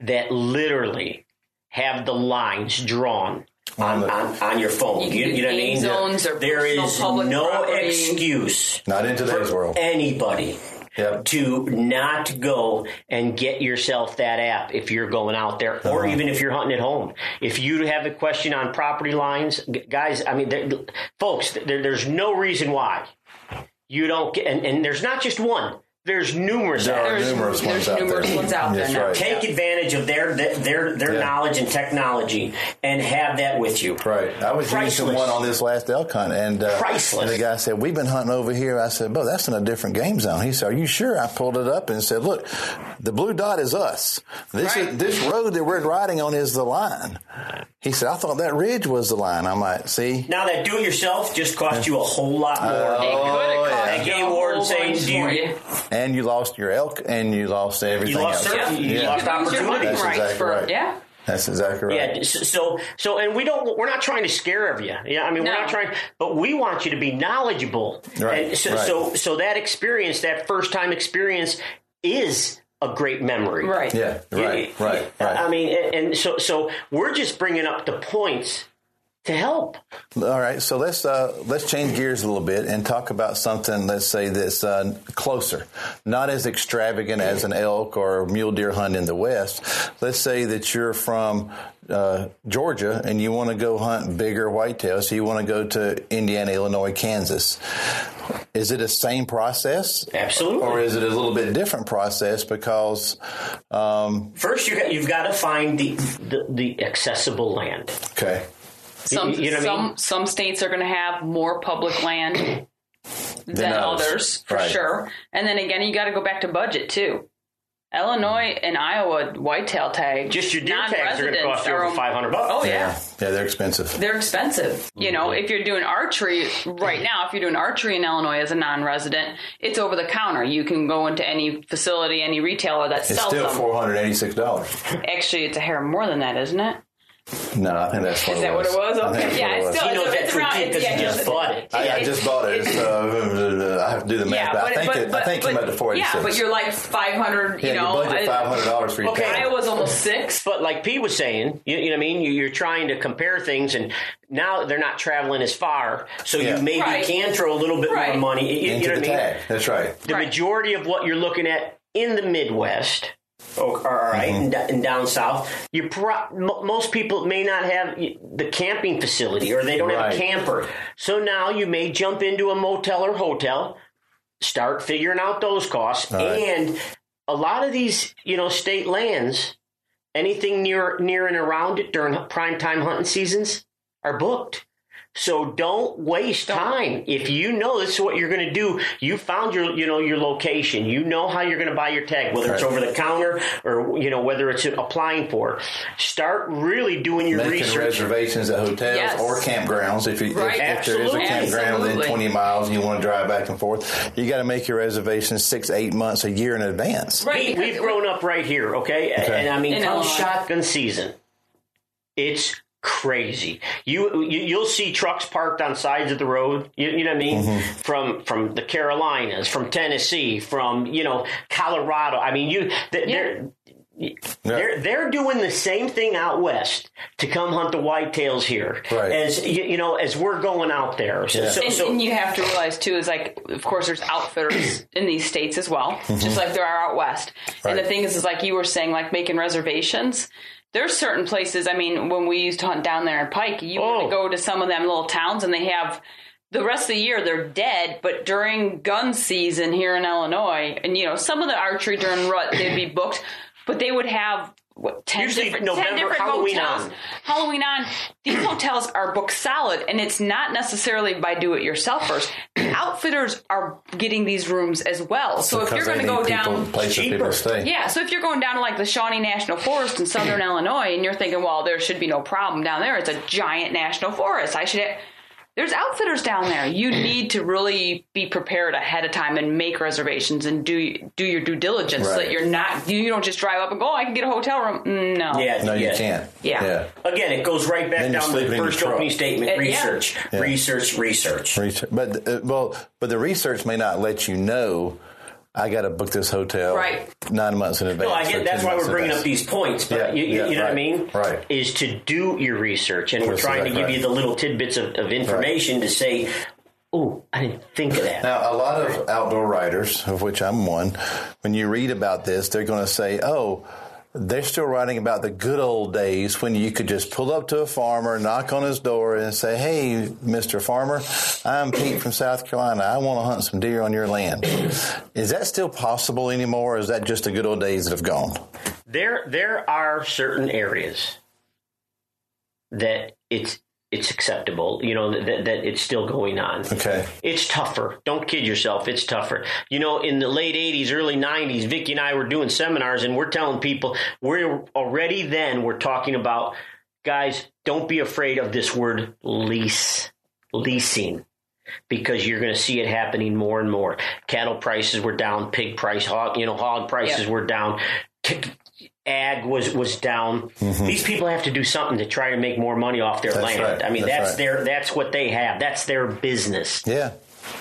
C: that literally have the lines drawn. On, on, on your phone,
D: You
C: you,
D: can do
C: you know what I
D: game
C: mean.
D: zones or
C: there
D: personal
C: is
D: public
C: no
D: property.
C: excuse
B: Not in today's world.
C: anybody
B: Yep.
C: to not go and get yourself that app if you're going out there or
B: Uh-huh.
C: even if you're hunting at home. If you have a question on property lines, g- guys, I mean, there, folks, there, there's no reason why you don't get, and, and there's not just one, there's numerous
B: There are
C: apps.
B: numerous
D: there's
B: ones out
D: numerous
B: there.
D: ones out there
B: That's
D: now.
B: right.
C: Take advantage of their their their
B: Yeah.
C: knowledge and technology, and have that with you.
B: Right. I was using
C: Priceless.
B: one on this last elk hunt, and, uh,
C: Priceless.
B: and the guy said, "We've been hunting over here." I said, "Bo, that's in a different game zone." He said, "Are you sure?" I pulled it up and said, "Look, the blue dot is us. This
D: Right.
B: is, this road that we're riding on is the line." He said, "I thought that ridge was the line." I'm like, "See."
C: Now that do it yourself just cost you a whole lot more.
D: It could have
B: Oh,
D: cost
B: yeah.
D: you
C: Game
D: a whole
C: warden
D: bunch
C: saying, do you-
D: more. Yeah.
B: And you lost your elk, and you lost everything
C: you lost,
B: else.
C: certain- you
B: Yeah.
C: lost
D: Lose your hunting
C: opportunities.
B: That's
D: rights
B: exactly
D: for-
B: right.
D: Yeah.
B: That's exactly right.
C: Yeah. s- So so, and we don't. We're not trying to scare of you. Yeah. I mean,
D: No.
C: we're not trying, but we want you to be knowledgeable.
B: Right,
C: And so,
B: right.
C: so so that experience, that first time experience, is a great memory.
D: Right.
B: Yeah, right, right, right.
C: I mean, and, and so so we're just bringing up the points to help.
B: All right, so let's uh, let's change gears a little bit and talk about something. Let's say that's uh, closer, not as extravagant as an elk or mule deer hunt in the West. Let's say that you're from uh, Georgia and you want to go hunt bigger whitetails. So you want to go to Indiana, Illinois, Kansas. Is it the same process?
C: Absolutely.
B: Or is it a little bit different process because um,
C: First, you got, you've got to find the, the the accessible land.
B: okay,
D: Some
C: You- you know what I
D: some
C: mean?
D: some states are going to have more public land than,
B: others.
D: others, for
B: Right.
D: sure. And then again, you got to go back to budget too. Illinois and Iowa whitetail tag
C: Just your deer tags are going to
D: non-residents
C: cost you
D: are-
C: over five hundred bucks.
D: Oh yeah.
B: yeah, they're expensive.
D: They're expensive. You know, if you're doing archery right now, if you're doing archery in Illinois as a non-resident, it's over the counter. You can go into any facility, any retailer that
B: It's
D: sells
B: still
D: them.
B: four hundred eighty-six dollars.
D: Actually, it's a hair more than that, isn't it?
B: No, I think that's what
D: Is
B: it
D: that what
B: was.
D: it was?
B: I think that's
D: Okay, yeah,
B: what it
D: it's
B: was.
D: still
C: He knows
D: it's,
C: that
D: Oh, it's
C: for
D: around-
C: cheap 'cause he
D: yeah,
C: just
D: it's-
C: bought it.
B: I, I just bought it. It's, uh, I have to do the math,
D: Yeah,
B: but,
D: but,
B: I think
D: but,
B: it,
D: but,
B: I think it
D: but,
B: came out to four eighty six.
D: Yeah, but you're like 500, you know.
B: budget
D: I-
B: five hundred dollars for your
C: Okay,
B: car.
D: I was almost six.
C: But like Pete was saying, you, you know what I mean? You, you're trying to compare things, and now they're not traveling as far, so
B: Yeah.
C: you maybe
D: Right.
C: can throw a little bit
D: Right.
C: more money. You, you
B: into
C: know
B: the
C: what I mean?
B: tag. That's right.
C: The
D: Right.
C: majority of what you're looking at in the Midwest, oh, all right,
B: Mm-hmm.
C: and, d- and down south, you pro- mo most people may not have y- the camping facility, or they don't have
B: Right.
C: a camper. So now you may jump into a motel or hotel, start figuring out those costs,
B: Right.
C: and a lot of these, you know, state lands anything near near and around it during prime time hunting seasons are booked. So don't waste time. If you know this is what you're going to do, you found your, you know, your location. You know how you're going to buy your tag, whether it's
B: Right.
C: over the counter or you know whether it's applying for. it. Start really doing your
B: Making
C: research.
B: reservations at hotels
D: Yes.
B: or campgrounds. If, you,
D: Right.
B: if, if there is a
D: Absolutely.
B: campground
D: Absolutely.
B: within 20 miles and you want to drive back and forth, you got to make your reservations six, eight months, a year in advance.
D: Right.
C: We,
D: because
C: we've
D: it-
C: grown up right here, okay?
B: Okay.
C: And I mean,
D: In
C: come
D: Illinois.
C: shotgun season, it's crazy. You, you you'll see trucks parked on sides of the road. You, you know what I mean?
B: Mm-hmm.
C: From from the Carolinas, from Tennessee, from you know Colorado. I mean, you th- they're. They're they're doing the same thing out west to come hunt the whitetails here,
B: Right.
C: as you, you know, as we're going out there. So,
B: Yeah.
C: so,
D: And,
C: so-
D: and you have to realize too is like, of course, there's outfitters in these states as well,
C: Mm-hmm.
D: just like there are out west. And the
B: Right.
D: thing is, is like you were saying, like making reservations. There's certain places. I mean, when we used to hunt down there in Pike, you
C: Oh.
D: would go to some of them little towns, and they have the rest of the year they're dead. But during gun season here in Illinois, and you know, some of the archery during rut they'd be booked, but they would have. What, 10
C: Usually
D: different,
C: November,
D: 10 different
C: Halloween
D: hotels.
C: on.
D: Halloween on, these hotels are booked solid, and it's not necessarily by do it yourselfers. Outfitters are getting these rooms as well. So, if you're
B: Because
D: going
B: they
D: to go
B: need people-
D: down,
B: places people
C: cheaper.
B: stay.
D: yeah, so if you're going down to like the Shawnee National Forest in southern Illinois, and you're thinking, well, there should be no problem down there, it's a giant national forest. I should. ha-" There's outfitters down there. You need to really be prepared ahead of time and make reservations and do do your due diligence so
B: Right.
D: that you're not you don't just drive up and go, oh, I can get a hotel room. Mm, No.
C: yeah,
B: No, you
C: yeah.
B: can't.
D: Yeah.
C: Again, it goes right back
B: Then you're
C: down to the
B: sleeping in
C: first
B: your truck.
C: opening statement:
D: Uh, yeah.
C: research,
B: Yeah.
C: research, research.
B: Research. But uh, well, but the research may not let you know. I got to book this hotel
D: Right.
B: nine months in advance.
C: No, I
B: or
C: get that's
B: 10
C: why
B: months
C: we're
B: in
C: bringing up
B: advance.
C: these points, but
B: Yeah,
C: you, you,
B: yeah,
C: you know
B: right,
C: what I mean?
B: right.
C: Is to do your research, and we're
B: Yes,
C: trying to
B: exactly.
C: give you the little tidbits of, of information to say, "Oh, I didn't think of that."
B: Now, a lot of outdoor writers, of which I'm one, when you read about this, they're going to say, oh, they're still writing about the good old days when you could just pull up to a farmer, knock on his door, and say, Hey, Mr. Farmer, I'm Pete from South Carolina. I want to hunt some deer on your land. Is that still possible anymore, or is that just the good old days that have gone?
C: There, there are certain areas that it's it's acceptable. You know that that it's still going on.
B: Okay.
C: It's tougher. Don't kid yourself. It's tougher. You know, in the late 80s, early 90s, Vicki and I were doing seminars and we're telling people, we're already then, we're talking about, guys, don't be afraid of this word lease, leasing, because you're going to see it happening more and more. Cattle prices were down, pig price, hog, you know, hog prices
D: Yeah.
C: were down. T- Ag was was down. These people have to do something to try to make more money off their
B: Mm-hmm. That's
C: land.
B: right.
C: I mean,
B: That's
C: that's,
B: right.
C: their that's what they have. That's their business.
B: Yeah.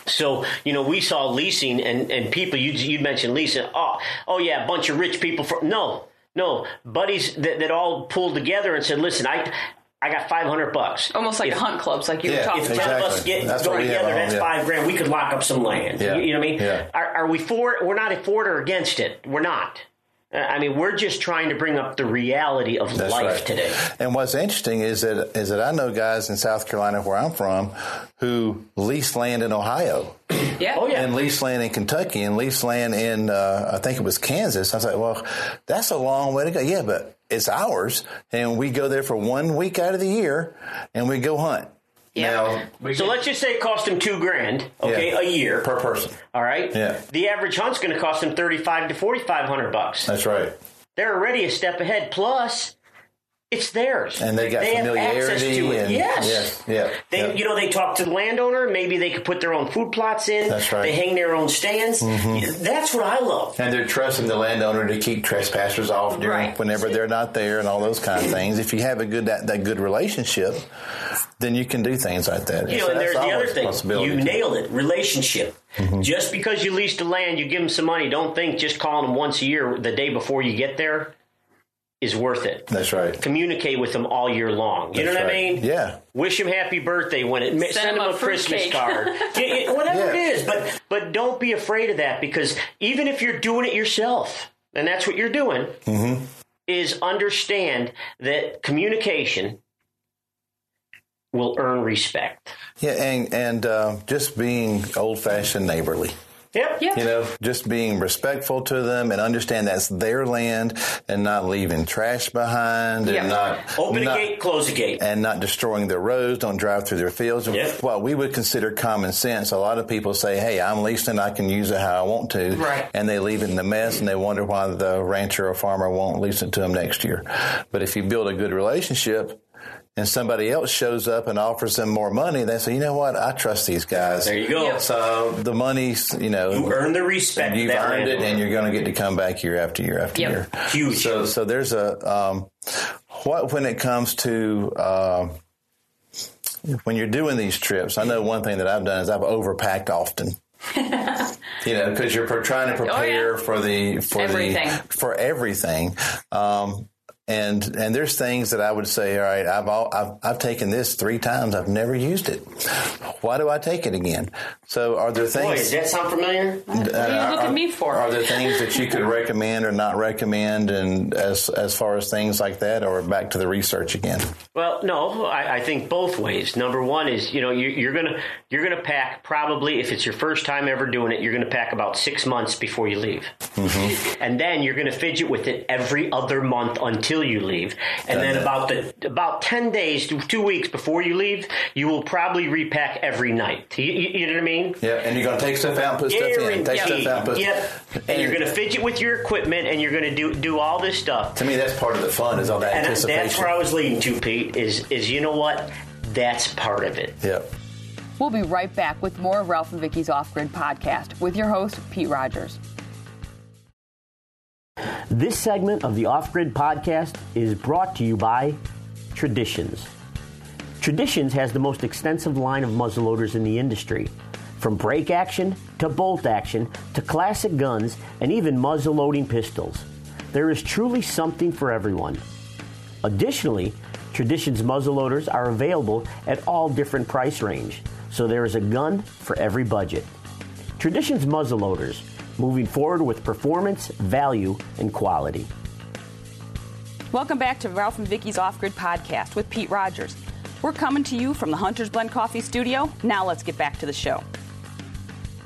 C: So you know, we saw leasing and and people you you mentioned leasing. Oh, oh yeah, a bunch of rich people from no, no buddies that, that all pulled together and said, listen, I I got five hundred bucks.
D: Almost like
C: If-
D: hunt clubs, like you
B: Yeah,
D: were talking
C: If
D: about.
C: ten of us
B: Oh, Exactly.
C: get
B: That's what
C: go
B: we have
C: together,
B: at home,
C: that's
B: yeah.
C: five grand. We could lock up some land.
B: Yeah.
C: You, you know what I mean?
B: Yeah.
C: Are, are we for? We're not for it or against it. We're not. Uh, I mean, we're just trying to bring up the reality of
B: That's
C: life
B: right.
C: today.
B: And what's interesting is that is that I know guys in South Carolina where I'm from who lease land in Ohio.
D: Yeah.
C: Oh yeah,
B: and lease land in Kentucky and lease land in, uh, I think it was Kansas. I was like, well, that's a long way to go. Yeah, but it's ours. And we go there for one week out of the year and we go hunt.
D: Yeah.
B: Now,
C: So let's just say it cost them two grand, okay,
B: Yeah.
C: a year
B: per person.
C: All right.
B: Yeah.
C: The average hunt's going to cost them thirty-five to forty-five hundred bucks.
B: That's right.
C: They're already a step ahead. Plus, it's theirs,
B: And they got
C: Have access
B: familiarity.
C: to it.
B: and,
C: yes.
B: Yeah.
C: They,
B: yeah.
C: you know, they talk to the landowner. Maybe they could put their own food plots in.
B: That's right. Mm-hmm.
C: They hang their own stands. That's what I love.
B: and they're trusting the landowner to keep trespassers off during
D: Right.
B: whenever they're not there and all those kind of things. If you have a good that, that good relationship, then you can do things like that.
C: You know,
B: So
C: and
B: that's
C: there's the
B: our
C: other thing.
B: responsibility Mm-hmm.
C: You
B: to-
C: nailed it. Relationship. Just because you lease the land, you give them some money. Don't think just calling them once a year, the day before you get there, is worth it.
B: That's right.
C: communicate with them all year long. You know what
B: That's
C: I
B: right.
C: mean?
B: Yeah.
C: Wish them happy birthday when it send, send
D: them
C: them a,
D: a
C: Christmas
D: fruitcake.
C: card. Y- y- whatever
B: Yeah.
C: it is, but but don't be afraid of that because even if you're doing it yourself, and that's what you're doing,
B: Mm-hmm.
C: is understand that communication will earn respect.
B: Yeah, and and uh, just being old fashioned neighborly.
C: Yep.
D: Yeah.
B: You know, just being respectful to them and understand that's their land and not leaving trash behind
D: Yeah.
B: and not
C: Open
B: not-
C: a gate, close a gate.
B: and not destroying their roads, don't drive through their fields. And
C: Yep.
B: What we would consider common sense, a lot of people say, hey, I'm leasing, I can use it how I want to.
D: Right.
B: And they leave it in the mess and they wonder why the rancher or farmer won't lease it to them next year. But if you build a good relationship, and somebody else shows up and offers them more money, they say, you know what, I trust these guys.
C: There you go.
D: Yep.
B: So the money's, you know,
C: You earn the respect.
B: you've
C: of that
B: earned it
C: landowner.
B: and you're going to get to come back year after year after
D: Yep.
B: year.
C: Huge.
B: So, so there's a um, what when it comes to uh, when you're doing these trips. I know one thing that I've done is I've overpacked often. you know, because you're pre- trying to prepare for the for
D: Everything.
B: the for everything. Um, and and there's things that I would say, all right, I've all, I've I've taken this three times. I've never used it. Why do I take it again? So are there
C: Boy,
B: things?
C: does that sound familiar?
D: What do you look at me for?
B: Uh, Are there things that you could recommend or not recommend, and as as far as things like that, or back to the research again?
C: Well, no, I, I think both ways. Number one is you know you, you're gonna you're gonna pack probably if it's your first time ever doing it, you're gonna pack about six months before you leave,
B: Mm-hmm.
C: and then you're gonna fidget with it every other month until you leave, and then about the about ten days to two weeks before you leave, you will probably repack every night. You, you, you know what I mean?
B: Yeah, and you're going to take stuff out, put stuff in, take
C: Guaranteed.
B: stuff out, put.
C: Yep. And, you're gonna fidget with your equipment, and you're gonna do do all this stuff.
B: To me, that's part of the fun is all that
C: And
B: anticipation.
C: that's where I was leading to, Pete. Is is you know what? That's part of it.
B: Yep.
A: We'll be right back with more of Ralph and Vicky's Off Grid podcast with your host, Pete Rogers.
E: This segment of the Off Grid Podcast is brought to you by Traditions. Traditions has the most extensive line of muzzleloaders in the industry, from break action to bolt action to classic guns and even muzzleloading pistols. There is truly something for everyone. Additionally, Traditions muzzleloaders are available at all different price range, so there is a gun for every budget. Traditions muzzleloaders, moving forward with performance, value, and quality.
A: Welcome back to Ralph and Vicky's Off Grid podcast with Pete Rogers. We're coming to you from the Hunter's Blend Coffee Studio. Now let's get back to the show.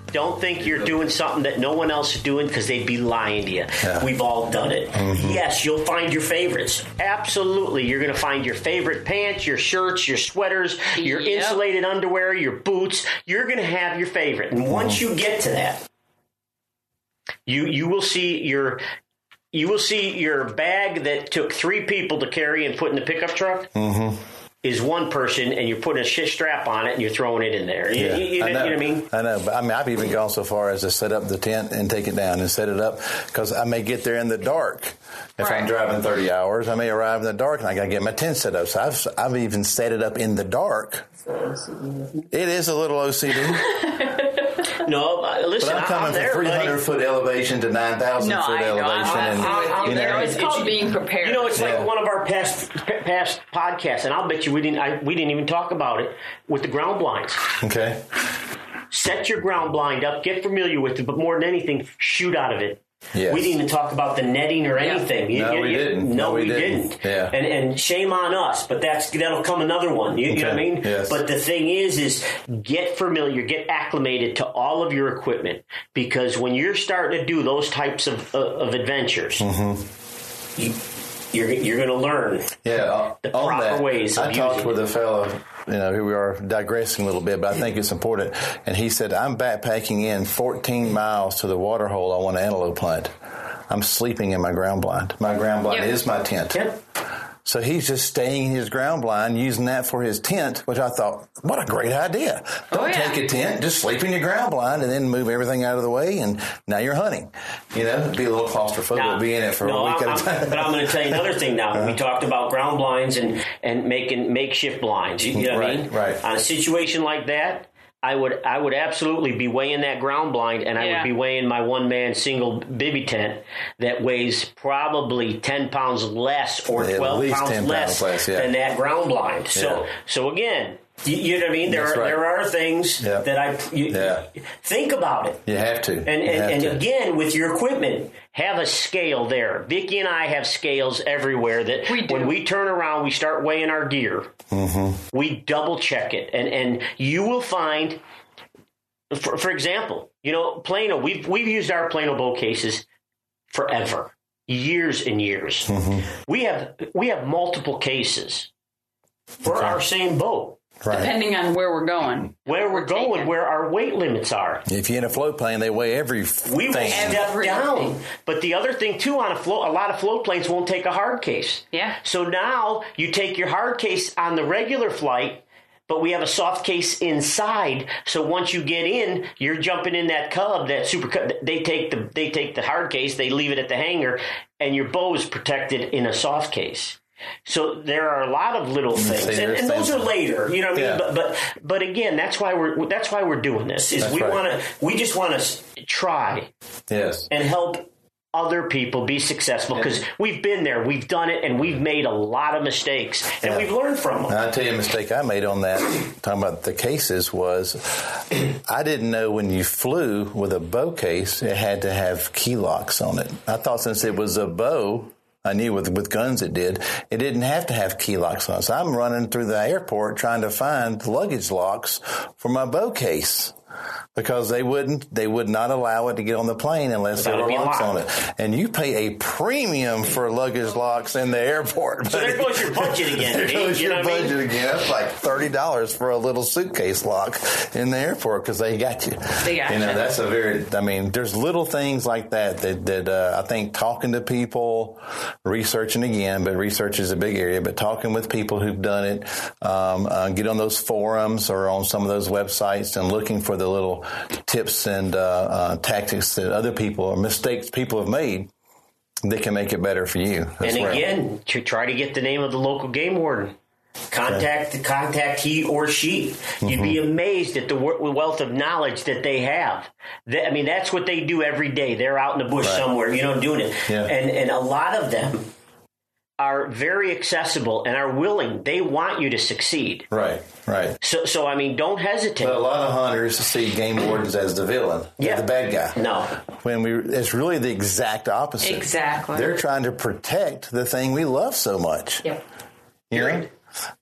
C: Don't think you're doing something that no one else is doing because they'd be lying to you. We've all done it.
B: Mm-hmm.
C: Yes, you'll find your favorites. Absolutely. You're going to find your favorite pants, your shirts, your sweaters, your
D: Yep.
C: insulated underwear, your boots. You're going to have your favorite. And once
B: Mm-hmm.
C: you get to that, you you will see your you will see your bag that took three people to carry and put in the pickup truck.
B: Mm-hmm.
C: Is one person, and you're putting a shit strap on it, and you're throwing it in there. You-
B: Yeah,
C: you- you
B: I
C: know- you know what I mean?
B: I know, but I mean, I've even gone so far as to set up the tent and take it down and set it up because I may get there in the dark. If I'm
D: Right.
B: driving 30 hours, I may arrive in the dark and I got to get my tent set up. So I've, I've even set it up in the dark. It is a little OCD,
C: No, uh, listen,
B: but I'm
C: I'm,
B: coming
C: there,
B: from 300
C: buddy.
B: foot elevation to 9,000
D: No,
B: foot
D: I know.
B: elevation.
D: I'm, I'm, I'm,
B: and, you
D: there.
B: know,
D: it's called being prepared.
C: You know, it's
B: Yeah.
C: like one of our past past podcasts, and I'll bet you we didn't I, we didn't even talk about it with the ground blinds.
B: okay.
C: Set your ground blind up, get familiar with it, but more than anything, shoot out of it.
B: Yes.
C: We didn't even talk about the netting or anything. You-
B: No,
C: you-
B: we
C: you-
B: didn't.
C: No, we, didn't.
B: Yeah.
C: And and shame on us, but that's that'll come another one. You, you know what I
B: Okay.
C: mean?
B: Yes.
C: But the thing is, is get familiar, get acclimated to all of your equipment because when you're starting to do those types of uh, of adventures,
B: Mm-hmm.
C: you, you're you're going to learn.
B: Yeah, uh,
C: The
B: on
C: proper
B: that,
C: ways of
B: I talked
C: using
B: with
C: it.
B: a fellow. You know, here we are digressing a little bit, but I think it's important. And he said, "I'm backpacking in 14 miles to the water hole. I want to antelope hunt. I'm sleeping in my ground blind. My ground blind
D: Yep.
B: is my tent.
C: Yep.
B: So he's just staying in his ground blind, using that for his tent. Which I thought, what a great idea! Don't
D: Oh, yeah.
B: take a tent, just sleep in your ground blind, and then move everything out of the way. And now you're hunting. You know, it'd be a little claustrophobic,
C: Nah.
B: be in it for
C: no,
B: a week at
C: I'm,
B: a
C: I'm-
B: time.
C: but I'm going to tell you another thing now. We talked about ground blinds and, and making makeshift blinds. You, you know what I
B: Right,
C: mean?
B: right.
C: On a situation like that, I would I would absolutely be weighing that ground blind, and I
D: Yeah.
C: would be weighing my one man single bivy tent that weighs probably ten pounds less or
B: Yeah, at
C: twelve
B: least
C: pounds
B: 10 pounds
C: less,
B: less, yeah.
C: than that ground blind. So
B: Yeah.
C: so again. You, you know what I mean? There
B: That's
C: are
B: right.
C: there are things
B: Yeah.
C: that I you,
B: Yeah.
C: think about it.
B: you have to,
C: And,
B: You have
C: and,
B: to.
C: and again, with your equipment, have a scale there. Vicky and I have scales everywhere that
D: We do.
C: when we turn around, we start weighing our gear.
B: Mm-hmm.
C: We double check it. And, and you will find, for, for example, You know, Plano, we've we've used our Plano bow cases forever, years and years.
B: Mm-hmm.
C: We have we have multiple cases for
B: Okay.
C: our same boat.
B: Right.
D: depending on where we're going.
C: Where we're
D: Taken.
C: going, where our weight limits are.
B: If you're in a float plane, they weigh every
C: We will
B: thing.
C: step
D: Everything.
C: down. But the other thing too on a float a lot of float planes won't take a hard case.
D: Yeah.
C: So now you take your hard case on the regular flight, but we have a soft case inside. So once you get in, you're jumping in that cub, that super cub. They take the they take the hard case, they leave it at the hangar, and your bow is protected in a soft case. So there are a lot of little things, and,
B: there's
C: and those are
B: things-
C: later. You know what I mean?
B: Yeah.
C: But but but again, that's why we're that's why we're doing this. Is
B: That's
C: we
B: right.
C: want to we just want to try
B: yes.
C: and help other people be successful because we've been there, we've done it, and we've made a lot of mistakes, and
B: Yeah. Uh,
C: we've learned from them.
B: And I tell you a mistake I made on that, talking about the cases, was I didn't know when you flew with a bow case, it had to have key locks on it. I thought since it was a bow, I knew with, with guns it did, it didn't have to have key locks on it. So I'm running through the airport trying to find luggage locks for my bow case. Because they wouldn't, they would not allow it to get on the plane unless there
C: Without it
B: were
C: being
B: locks on
C: locked.
B: it. And you pay a premium for luggage locks in the airport.
C: So there
B: buddy.
C: goes your budget again.
B: There
C: Dave,
B: goes
C: you know
B: your
C: what I mean?
B: budget again. That's like thirty dollars for a little suitcase lock in the airport because they got you.
D: They got
B: you. know,
D: you.
B: that's a very. I mean, there's little things like that that that uh, I think talking to people, researching again, but research is a big area. But talking with people who've done it, um, uh, get on those forums or on some of those websites and looking for the little tips and uh, uh, tactics that other people or mistakes people have made. that can make it better for you. as
C: And
B: well.
C: again, to try to get the name of the local game warden. Contact contact he or she. You'd be
B: Mm-hmm.
C: amazed at the wor- wealth of knowledge that they have. That- I mean, that's what they do every day. They're out in the bush
B: Right.
C: somewhere, you know, doing it.
B: Yeah.
C: And and a lot of them are very accessible and are willing. They want you to succeed.
B: right, right.
C: So so I mean, don't hesitate.
B: But a lot of hunters see game wardens as the villain,
C: Yeah.
B: the bad guy.
C: no,
B: When we, it's really the exact opposite.
D: Exactly.
B: They're trying to protect the thing we love so much.
D: Yep.
B: you know?
C: Period.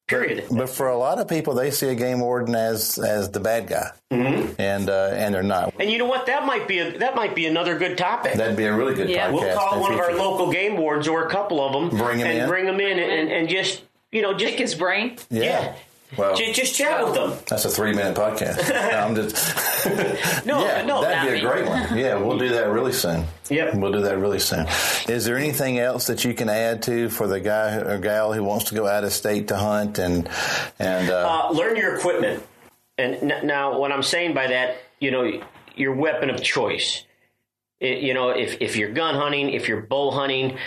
C: period.
B: But for a lot of people, they see a game warden as as the bad guy, mm-hmm. and uh, and they're not.
C: And you know what? That might be a, that might be another good topic.
B: That'd be a really good
D: Yeah.
B: podcast.
C: We'll
B: in
C: call one of our
B: future.
C: local game wards or a couple of them,
B: Bring 'em
C: and
B: in.
C: bring them in, and, and just you know, just
D: Pick his brain.
B: Yeah.
C: yeah.
B: Well,
C: Ju- just chat with them.
B: that's a three minute podcast. No, I'm just.
C: No,
B: yeah,
C: no,
B: that'd
D: not
B: be a
D: me.
B: great one. Yeah, we'll do that really soon.
C: Yep.
B: we'll do that really soon. Is there anything else that you can add to for the guy or gal who wants to go out of state to hunt and and uh,
C: Uh, learn your equipment. And n- now, what I'm saying by that, you know, your weapon of choice. I- you know, if if you're gun hunting, if you're bow hunting,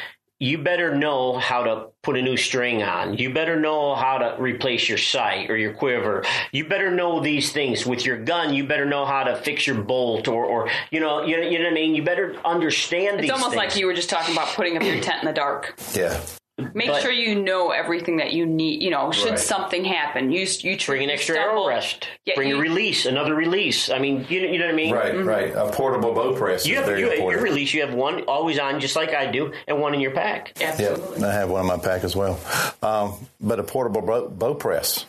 C: you better know how to put a new string on. You better know how to replace your sight or your quiver. You better know these things with your gun. You better know how to fix your bolt or, or you know, you, you know what I mean. You better understand
D: It's
C: these.
D: almost
C: things.
D: like you were just talking about putting up your tent in the dark.
B: yeah?
D: Make
C: But-
D: sure you know everything that you need. You know, should
B: Right.
D: something happen, you s- you tr-
C: bring an
D: you
C: extra
D: stumble.
C: arrow rest.
D: Yeah,
C: bring
D: you-
C: a release, another release. I mean, you, you know what I mean.
B: Right, right. A portable bow press
C: You
B: is
C: have
B: very
C: you, your
B: important.
C: release. You have one always on, just like I do, and one in your pack.
D: Absolutely.
B: Yep, I have one in my pack as well. Um, but a portable bow, bow press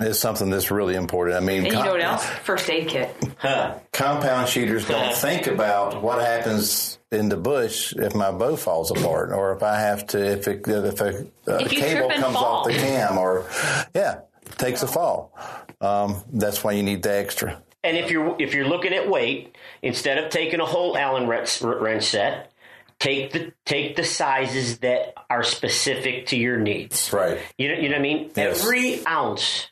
B: is something that's really important. I mean,
D: And you
B: com-
D: know what else? First aid kit.
C: Huh.
B: compound shooters don't think about what happens in the bush if my bow falls apart, or if I have to if it, if a, a
D: If you
B: cable
D: trip and
B: comes
D: fall.
B: off the cam, or yeah, takes a fall. Um, that's why you need the extra.
C: And if you're if you're looking at weight, instead of taking a whole Allen wrench, wrench set, take the take the sizes that are specific to your needs.
B: Right.
C: You know, you know what I mean.
B: Yes.
C: Every ounce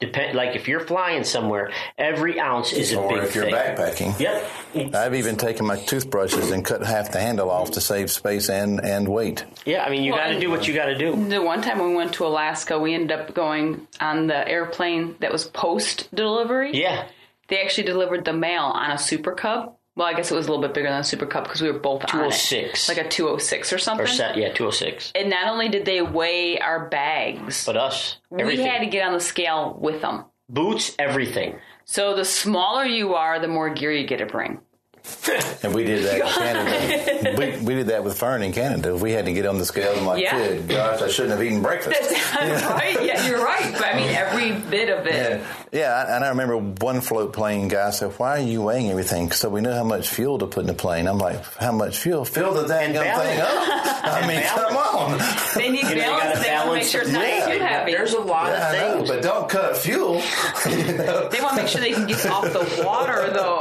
C: depend like if you're flying somewhere, every ounce is a
B: Or
C: big
B: if you're
C: thing.
B: backpacking.
C: Yep.
B: I've even taken my toothbrushes and cut half the handle off to save space and, and weight.
C: Yeah. I mean, you
D: Well,
C: got to
D: and- Mm.
C: do what you got to do.
D: The one time we went to Alaska, we ended up going on the airplane that was post delivery.
C: Yeah.
D: They actually delivered the mail on a Super Cub. Well, I guess it was a little bit bigger than a Super Cub because we were both on it.
C: 206.
D: Like a 206 or something.
C: Or set. Yeah. Two hundred six.
D: And not only did they weigh our bags,
C: But us.
D: we
C: Everything.
D: had to get on the scale with them.
C: Boots. Everything.
D: So the smaller you are, the more gear you get to bring.
B: And we did that in Canada. We, we did that with Fern in Canada. We had to get on the scales. I'm like,
D: Yeah.
B: good gosh, I shouldn't have eaten breakfast.
D: That's right. Yeah, you're right. But I mean, every bit of it.
B: Yeah, yeah. I- And I remember one float plane guy said, "Why are you weighing everything?" So we know how much fuel to put in the plane. I'm like, "How much fuel? Fill the dang
C: And
B: thing up."
C: balance.
B: I mean, come on.
D: They need
C: You know, you gotta
D: balance. They want to make
C: balance
D: sure it's
C: the-
D: not
B: yeah.
D: too heavy.
C: There's a lot
B: Yeah, I know,
C: of things.
B: but don't cut fuel.
D: They want to make sure they can get off the water, though.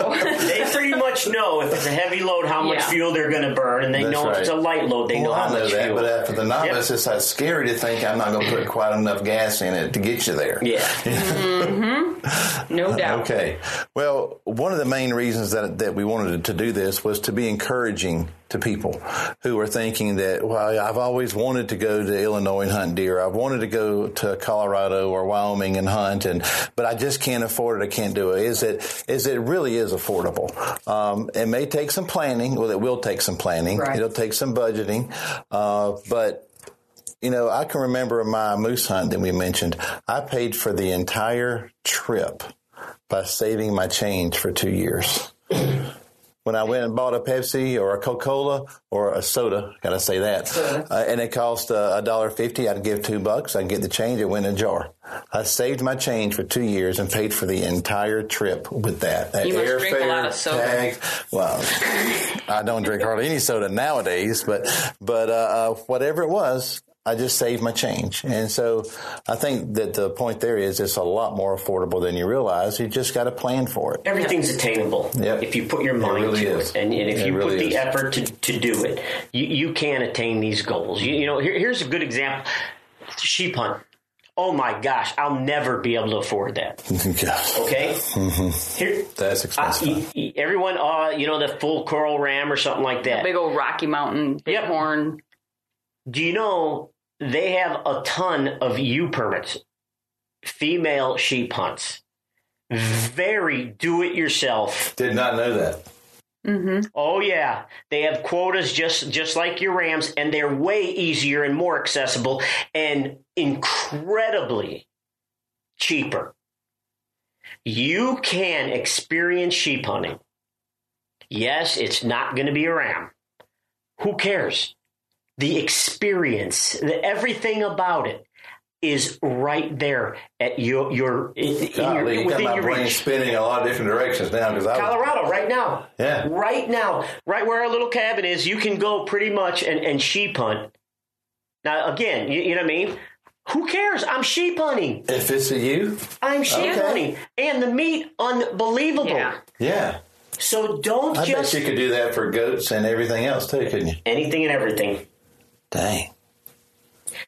C: they pretty much know if it's a heavy load how much
D: Yeah.
C: fuel they're going to burn, and they
B: That's
C: know if it's a
B: right.
C: light load they know
B: well,
C: how
B: I know
C: much
B: that,
C: fuel.
B: but uh, for the novice,
C: Yep.
B: it's like scary to think I'm not going to put quite enough gas in it to get you there.
C: yeah,
D: No doubt.
B: Okay. Well, one of the main reasons that, that we wanted to do this was to be encouraging to people who are thinking that, well, I've always wanted to go to Illinois and hunt deer. I've wanted to go to Colorado or Wyoming and hunt, and but I just can't afford it. I can't do it. Is it is it really is affordable? Um, it may take some planning. Well, it will take some planning.
D: Right.
B: It'll take some budgeting, uh, but you know, I can remember my moose hunt that we mentioned. I paid for the entire trip by saving my change for two years. when I went and bought a Pepsi or a Coca Cola or a soda, gotta say that, uh, and it cost a dollar fifty, I'd give two bucks. I'd get the change. It went in a jar. I saved my change for two years and paid for the entire trip with that. That
D: You must drink a lot of soda.
B: tag. Well, I don't drink hardly any soda nowadays, but but uh, uh, whatever it was, I just saved my change, and so I think that the point there is it's a lot more affordable than you realize. You just got to plan for it.
C: everything's attainable
B: Yep.
C: if you put your mind
B: really
C: to
B: is.
C: it, and, and if
B: It
C: you
B: really
C: put the
B: is.
C: effort to, to do it, you, you can attain these goals. You, you know, here, here's a good example: sheep hunt. Oh my gosh, I'll never be able to afford that.
B: Yeah.
C: Okay, here.
B: Mm-hmm. That's
C: Uh,
B: expensive.
C: e- e- everyone, uh, you know the full coral ram or something like that.
D: Big old Rocky Mountain,
C: Yep.
D: Bighorn.
C: Do you know they have a ton of ewe permits, female sheep hunts? Very do it yourself.
B: Did not know that.
C: Oh yeah, they have quotas just just like your rams, and they're way easier and more accessible, and incredibly cheaper. You can experience sheep hunting. Yes, it's not going to be a ram. Who cares? The experience, the, everything about it is right there at your your, in, in your
B: Golly, you got
C: within
B: my
C: your
B: brain
C: reach.
B: spinning a lot of different directions now because I was,
C: Colorado right now.
B: Oh. Yeah.
C: Right now, right where our little cabin is, you can go pretty much and, and sheep hunt. Now, again, you, you know what I mean? Who cares? I'm sheep hunting.
B: if it's a you,
C: I'm sheep
B: Okay.
C: hunting. And the meat, unbelievable.
D: Yeah.
B: yeah,
C: So don't
B: I
C: just
B: bet you could do that for goats and everything else too, couldn't you?
C: anything and everything.
B: Dang.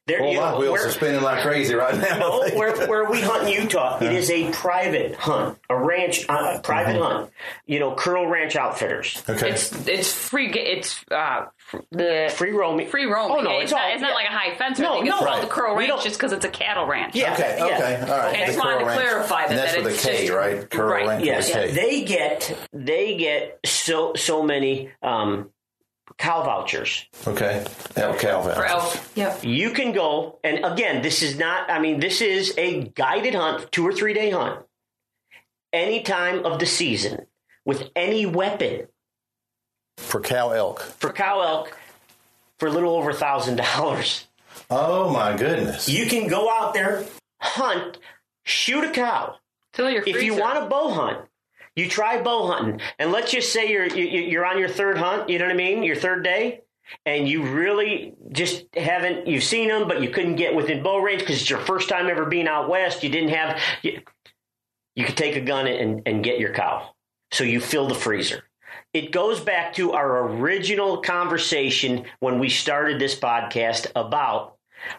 C: There,
B: Well,
C: you
B: my
C: know,
B: wheels
C: where-
B: are spinning like crazy right now.
C: No, where, where we hunt in Utah, it is a private hunt, a ranch, uh, private hunt. You know, Curl Ranch Outfitters.
B: okay.
D: It's it's free. ga- It's uh, fr- the
C: Free roaming.
D: free roam.
C: Oh, no,
D: Yeah,
C: it's
D: it's, not,
C: all-
D: it's not
C: yeah.
D: like a high fence. Or
C: No,
D: anything. it's
C: no.
D: called the Curl
C: We
D: Ranch
C: don't-
D: just because it's a cattle ranch.
C: Yeah.
B: Okay,
C: yeah.
B: okay, all right.
D: Okay, I just
B: The
D: wanted to
B: Curl Ranch.
D: clarify that-
B: And that's
D: that
B: with
D: it's
B: a K,
D: just-
B: right? Curl
D: Right,
B: Ranch
C: Yes,
B: with a K.
C: they get they get so so many um, cow vouchers.
B: Okay. El Calvin.
D: For elk. Yep.
C: You can go, and again, this is not. I mean, this is a guided hunt, two or three day hunt, any time of the season with any weapon
B: For cow elk.
C: for cow elk for a little over a thousand dollars.
B: Oh my goodness.
C: You can go out there, hunt, shoot a cow.
D: Till your
C: if you
D: freezer.
C: want to bow hunt, you try bow hunting, and let's just say you're you, you- you're on your third hunt. You know what I mean? Your third day, and you really just haven't you've seen them, but you couldn't get within bow range because it's your first time ever being out west. You didn't have you, you could take a gun and and get your cow, so you fill the freezer. It goes back to our original conversation when we started this podcast about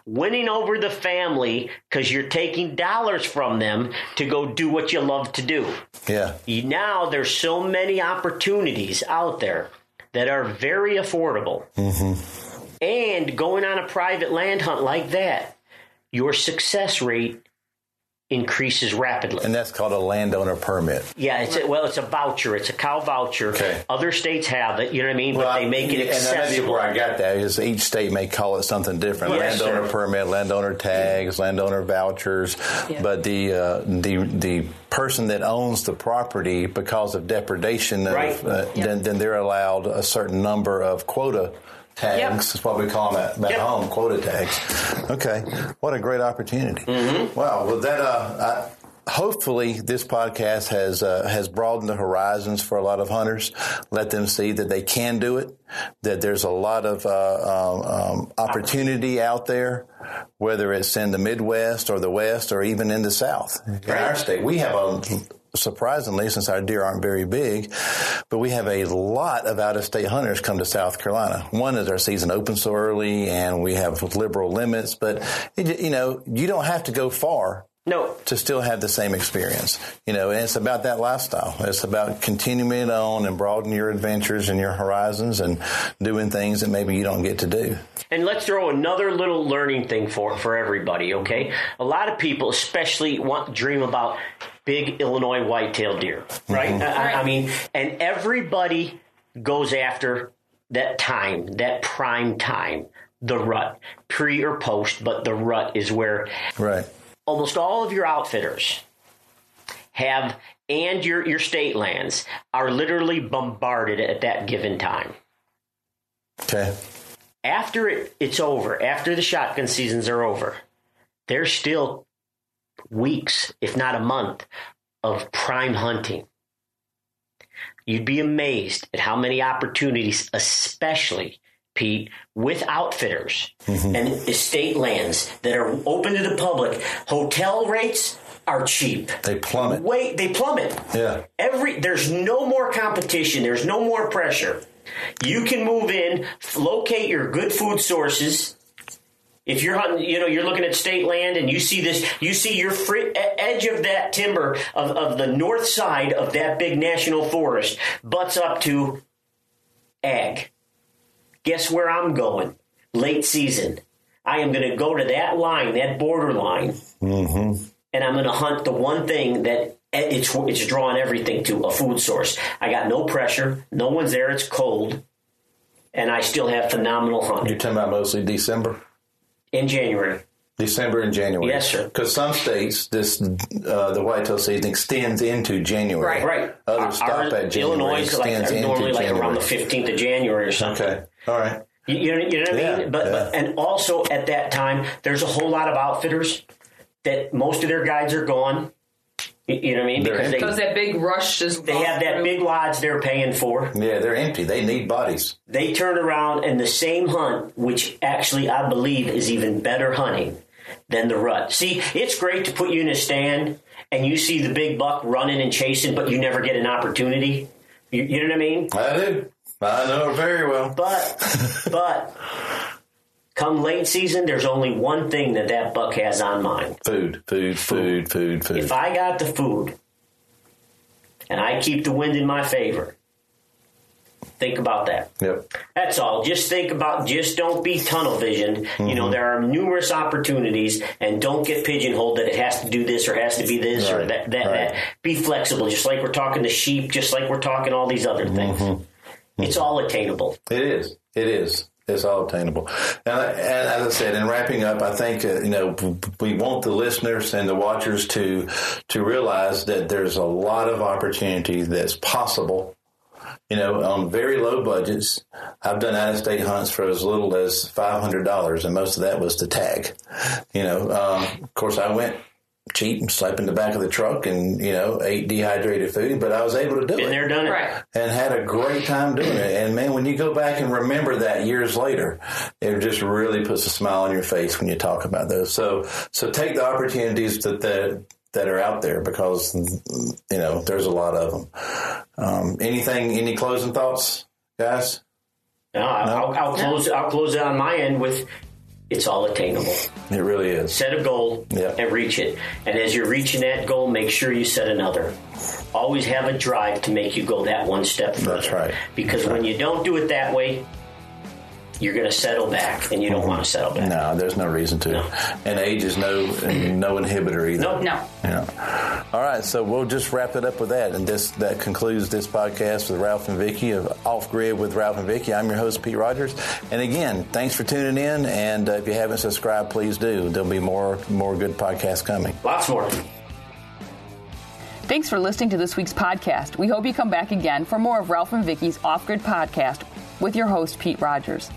C: winning over the family because you're taking dollars from them to go do what you love to do.
B: yeah.
C: Now there's so many opportunities out there that are very affordable.
B: Mm-hmm.
C: And going on a private land hunt like that, your success rate increases rapidly.
B: And that's called a landowner permit.
C: Yeah, it's a, well, it's a voucher. It's a cow voucher.
B: Okay.
C: Other states have it. You know what I mean?
B: Well,
C: but they make it
B: and that's
C: accessible.
B: where I got that is each state may call it something different.
C: Yes,
B: landowner
C: sir.
B: permit, landowner tags, landowner vouchers, but the uh, the the person that owns the property because of depredation, of,
C: Right.
B: uh, then, then they're allowed a certain number of quota. Tags
D: Yep.
B: is what we call them at, back
C: Yep.
B: home, quota tags. Okay, what a great opportunity!
C: Mm-hmm.
B: Wow, well that uh, I, hopefully this podcast has uh, has broadened the horizons for a lot of hunters. Let them see that they can do it. That there's a lot of uh, um, um, opportunity out there, whether it's in the Midwest or the West or even in the South. In our state, we have a surprisingly, since our deer aren't very big, but we have a lot of out of state hunters come to South Carolina. One is our season opens so early and we have liberal limits, but it, you know, you don't have to go far
C: No.
B: to still have the same experience. You know, and it's about that lifestyle. It's about continuing it on and broadening your adventures and your horizons and doing things that maybe you don't get to do.
C: And let's throw another little learning thing for for everybody, okay? A lot of people, especially, want dream about big Illinois whitetail deer, right? I- I, I mean, and everybody goes after that time, that prime time, the rut, pre or post, but the rut is where
B: Right.
C: almost all of your outfitters have and your your state lands are literally bombarded at that given time
B: Okay.
C: after it, it's over, after the shotgun seasons are over, there's still weeks, if not a month, of prime hunting. You'd be amazed at how many opportunities, especially Pete, with outfitters and estate lands that are open to the public. Hotel rates are cheap.
B: They plummet.
C: Wait, they plummet.
B: Yeah.
C: Every there's no more competition. There's no more pressure. You can move in, f- locate your good food sources. If you're hunting, you know you're looking at state land, and you see this, you see your fr- e- edge of that timber of, of the north side of that big national forest butts up to ag. Guess where I'm going? Late season. I am going to go to that line, that borderline, and I'm going to hunt the one thing that eh, it's it's drawing everything to a food source. I got no pressure, no one's there, it's cold, and I still have phenomenal
B: You're
C: hunting
B: talking about mostly December?
C: in January.
B: December and January.
C: Yes, sir.
B: Because some states, this uh, the whitetail season extends into January.
D: Right.
C: Right.
B: Others stop
C: Our-
B: at January.
C: Illinois is like,
B: Extends into
C: normally like
B: January.
C: around the 15th of January or something.
B: Okay. All right.
C: You, you know, you know what I
B: Yeah,
C: mean? But, but
B: yeah.
C: and also at that time, there's a whole lot of outfitters that most of their guides are gone. You, you know what I mean?
B: They're
C: Because
B: empty.
D: Because
C: they,
D: that big rush just
C: they have that big lodge they're paying for.
B: Yeah, they're empty. They need bodies.
C: they turn around and the same hunt, which actually I believe is even better hunting than the rut. See, it's great to put you in a stand and you see the big buck running and chasing, but you never get an opportunity. You, you know what I mean?
B: I do. I know very well.
C: But, but come late season, there's only one thing that that buck has on mind.
B: Food, food, food, food, food.
C: If I got the food and I keep the wind in my favor, think about that.
B: yep.
C: That's all. Just think about, just don't be tunnel visioned. You
B: Mm-hmm.
C: know, there are numerous opportunities and don't get pigeonholed that it has to do this or has to be this or
B: Right,
C: that, that,
B: right.
C: that. Be flexible, just like we're talking to sheep, just like we're talking all these other things.
B: Mm-hmm.
C: It's all attainable.
B: It is. It is. It's all obtainable. And, and as I said, in wrapping up, I think uh, you know we want the listeners and the watchers to to realize that there's a lot of opportunity that's possible. You know, on very low budgets, I've done out of state hunts for as little as five hundred dollars, and most of that was the tag. You know, um, of course, I went cheap and slept in the back of the truck, and you know, ate dehydrated food, but I was able to do it
C: Been there, done it.
D: Right.
B: and had a great time doing it. And man, when you go back and remember that years later, it just really puts a smile on your face when you talk about those. So, so take the opportunities that that, that are out there because you know there's a lot of them. Um, anything? Any closing thoughts, guys?
C: No, I'll, I'll close. I'll close it on my end with. It's all attainable.
B: It really is.
C: Set a goal
B: Yeah.
C: and reach it. And as you're reaching that goal, make sure you set another. Always have a drive to make you go that one step further.
B: That's right.
C: Because when you don't do it that way, you're going to settle back, and you
B: Mm-hmm.
C: don't want to settle back.
B: No, there's no reason to.
C: No.
B: And age is no no inhibitor either.
C: Nope.
D: No.
B: Yeah. All right, so we'll just wrap it up with that, and this that concludes this podcast with Ralph and Vicky of Off Grid with Ralph and Vicky. I'm your host Pete Rogers, and again, thanks for tuning in. And uh, if you haven't subscribed, please do. There'll be more more good podcasts coming.
C: Lots more.
A: Thanks for listening to this week's podcast. We hope you come back again for more of Ralph and Vicky's Off Grid Podcast with your host, Pete Rogers.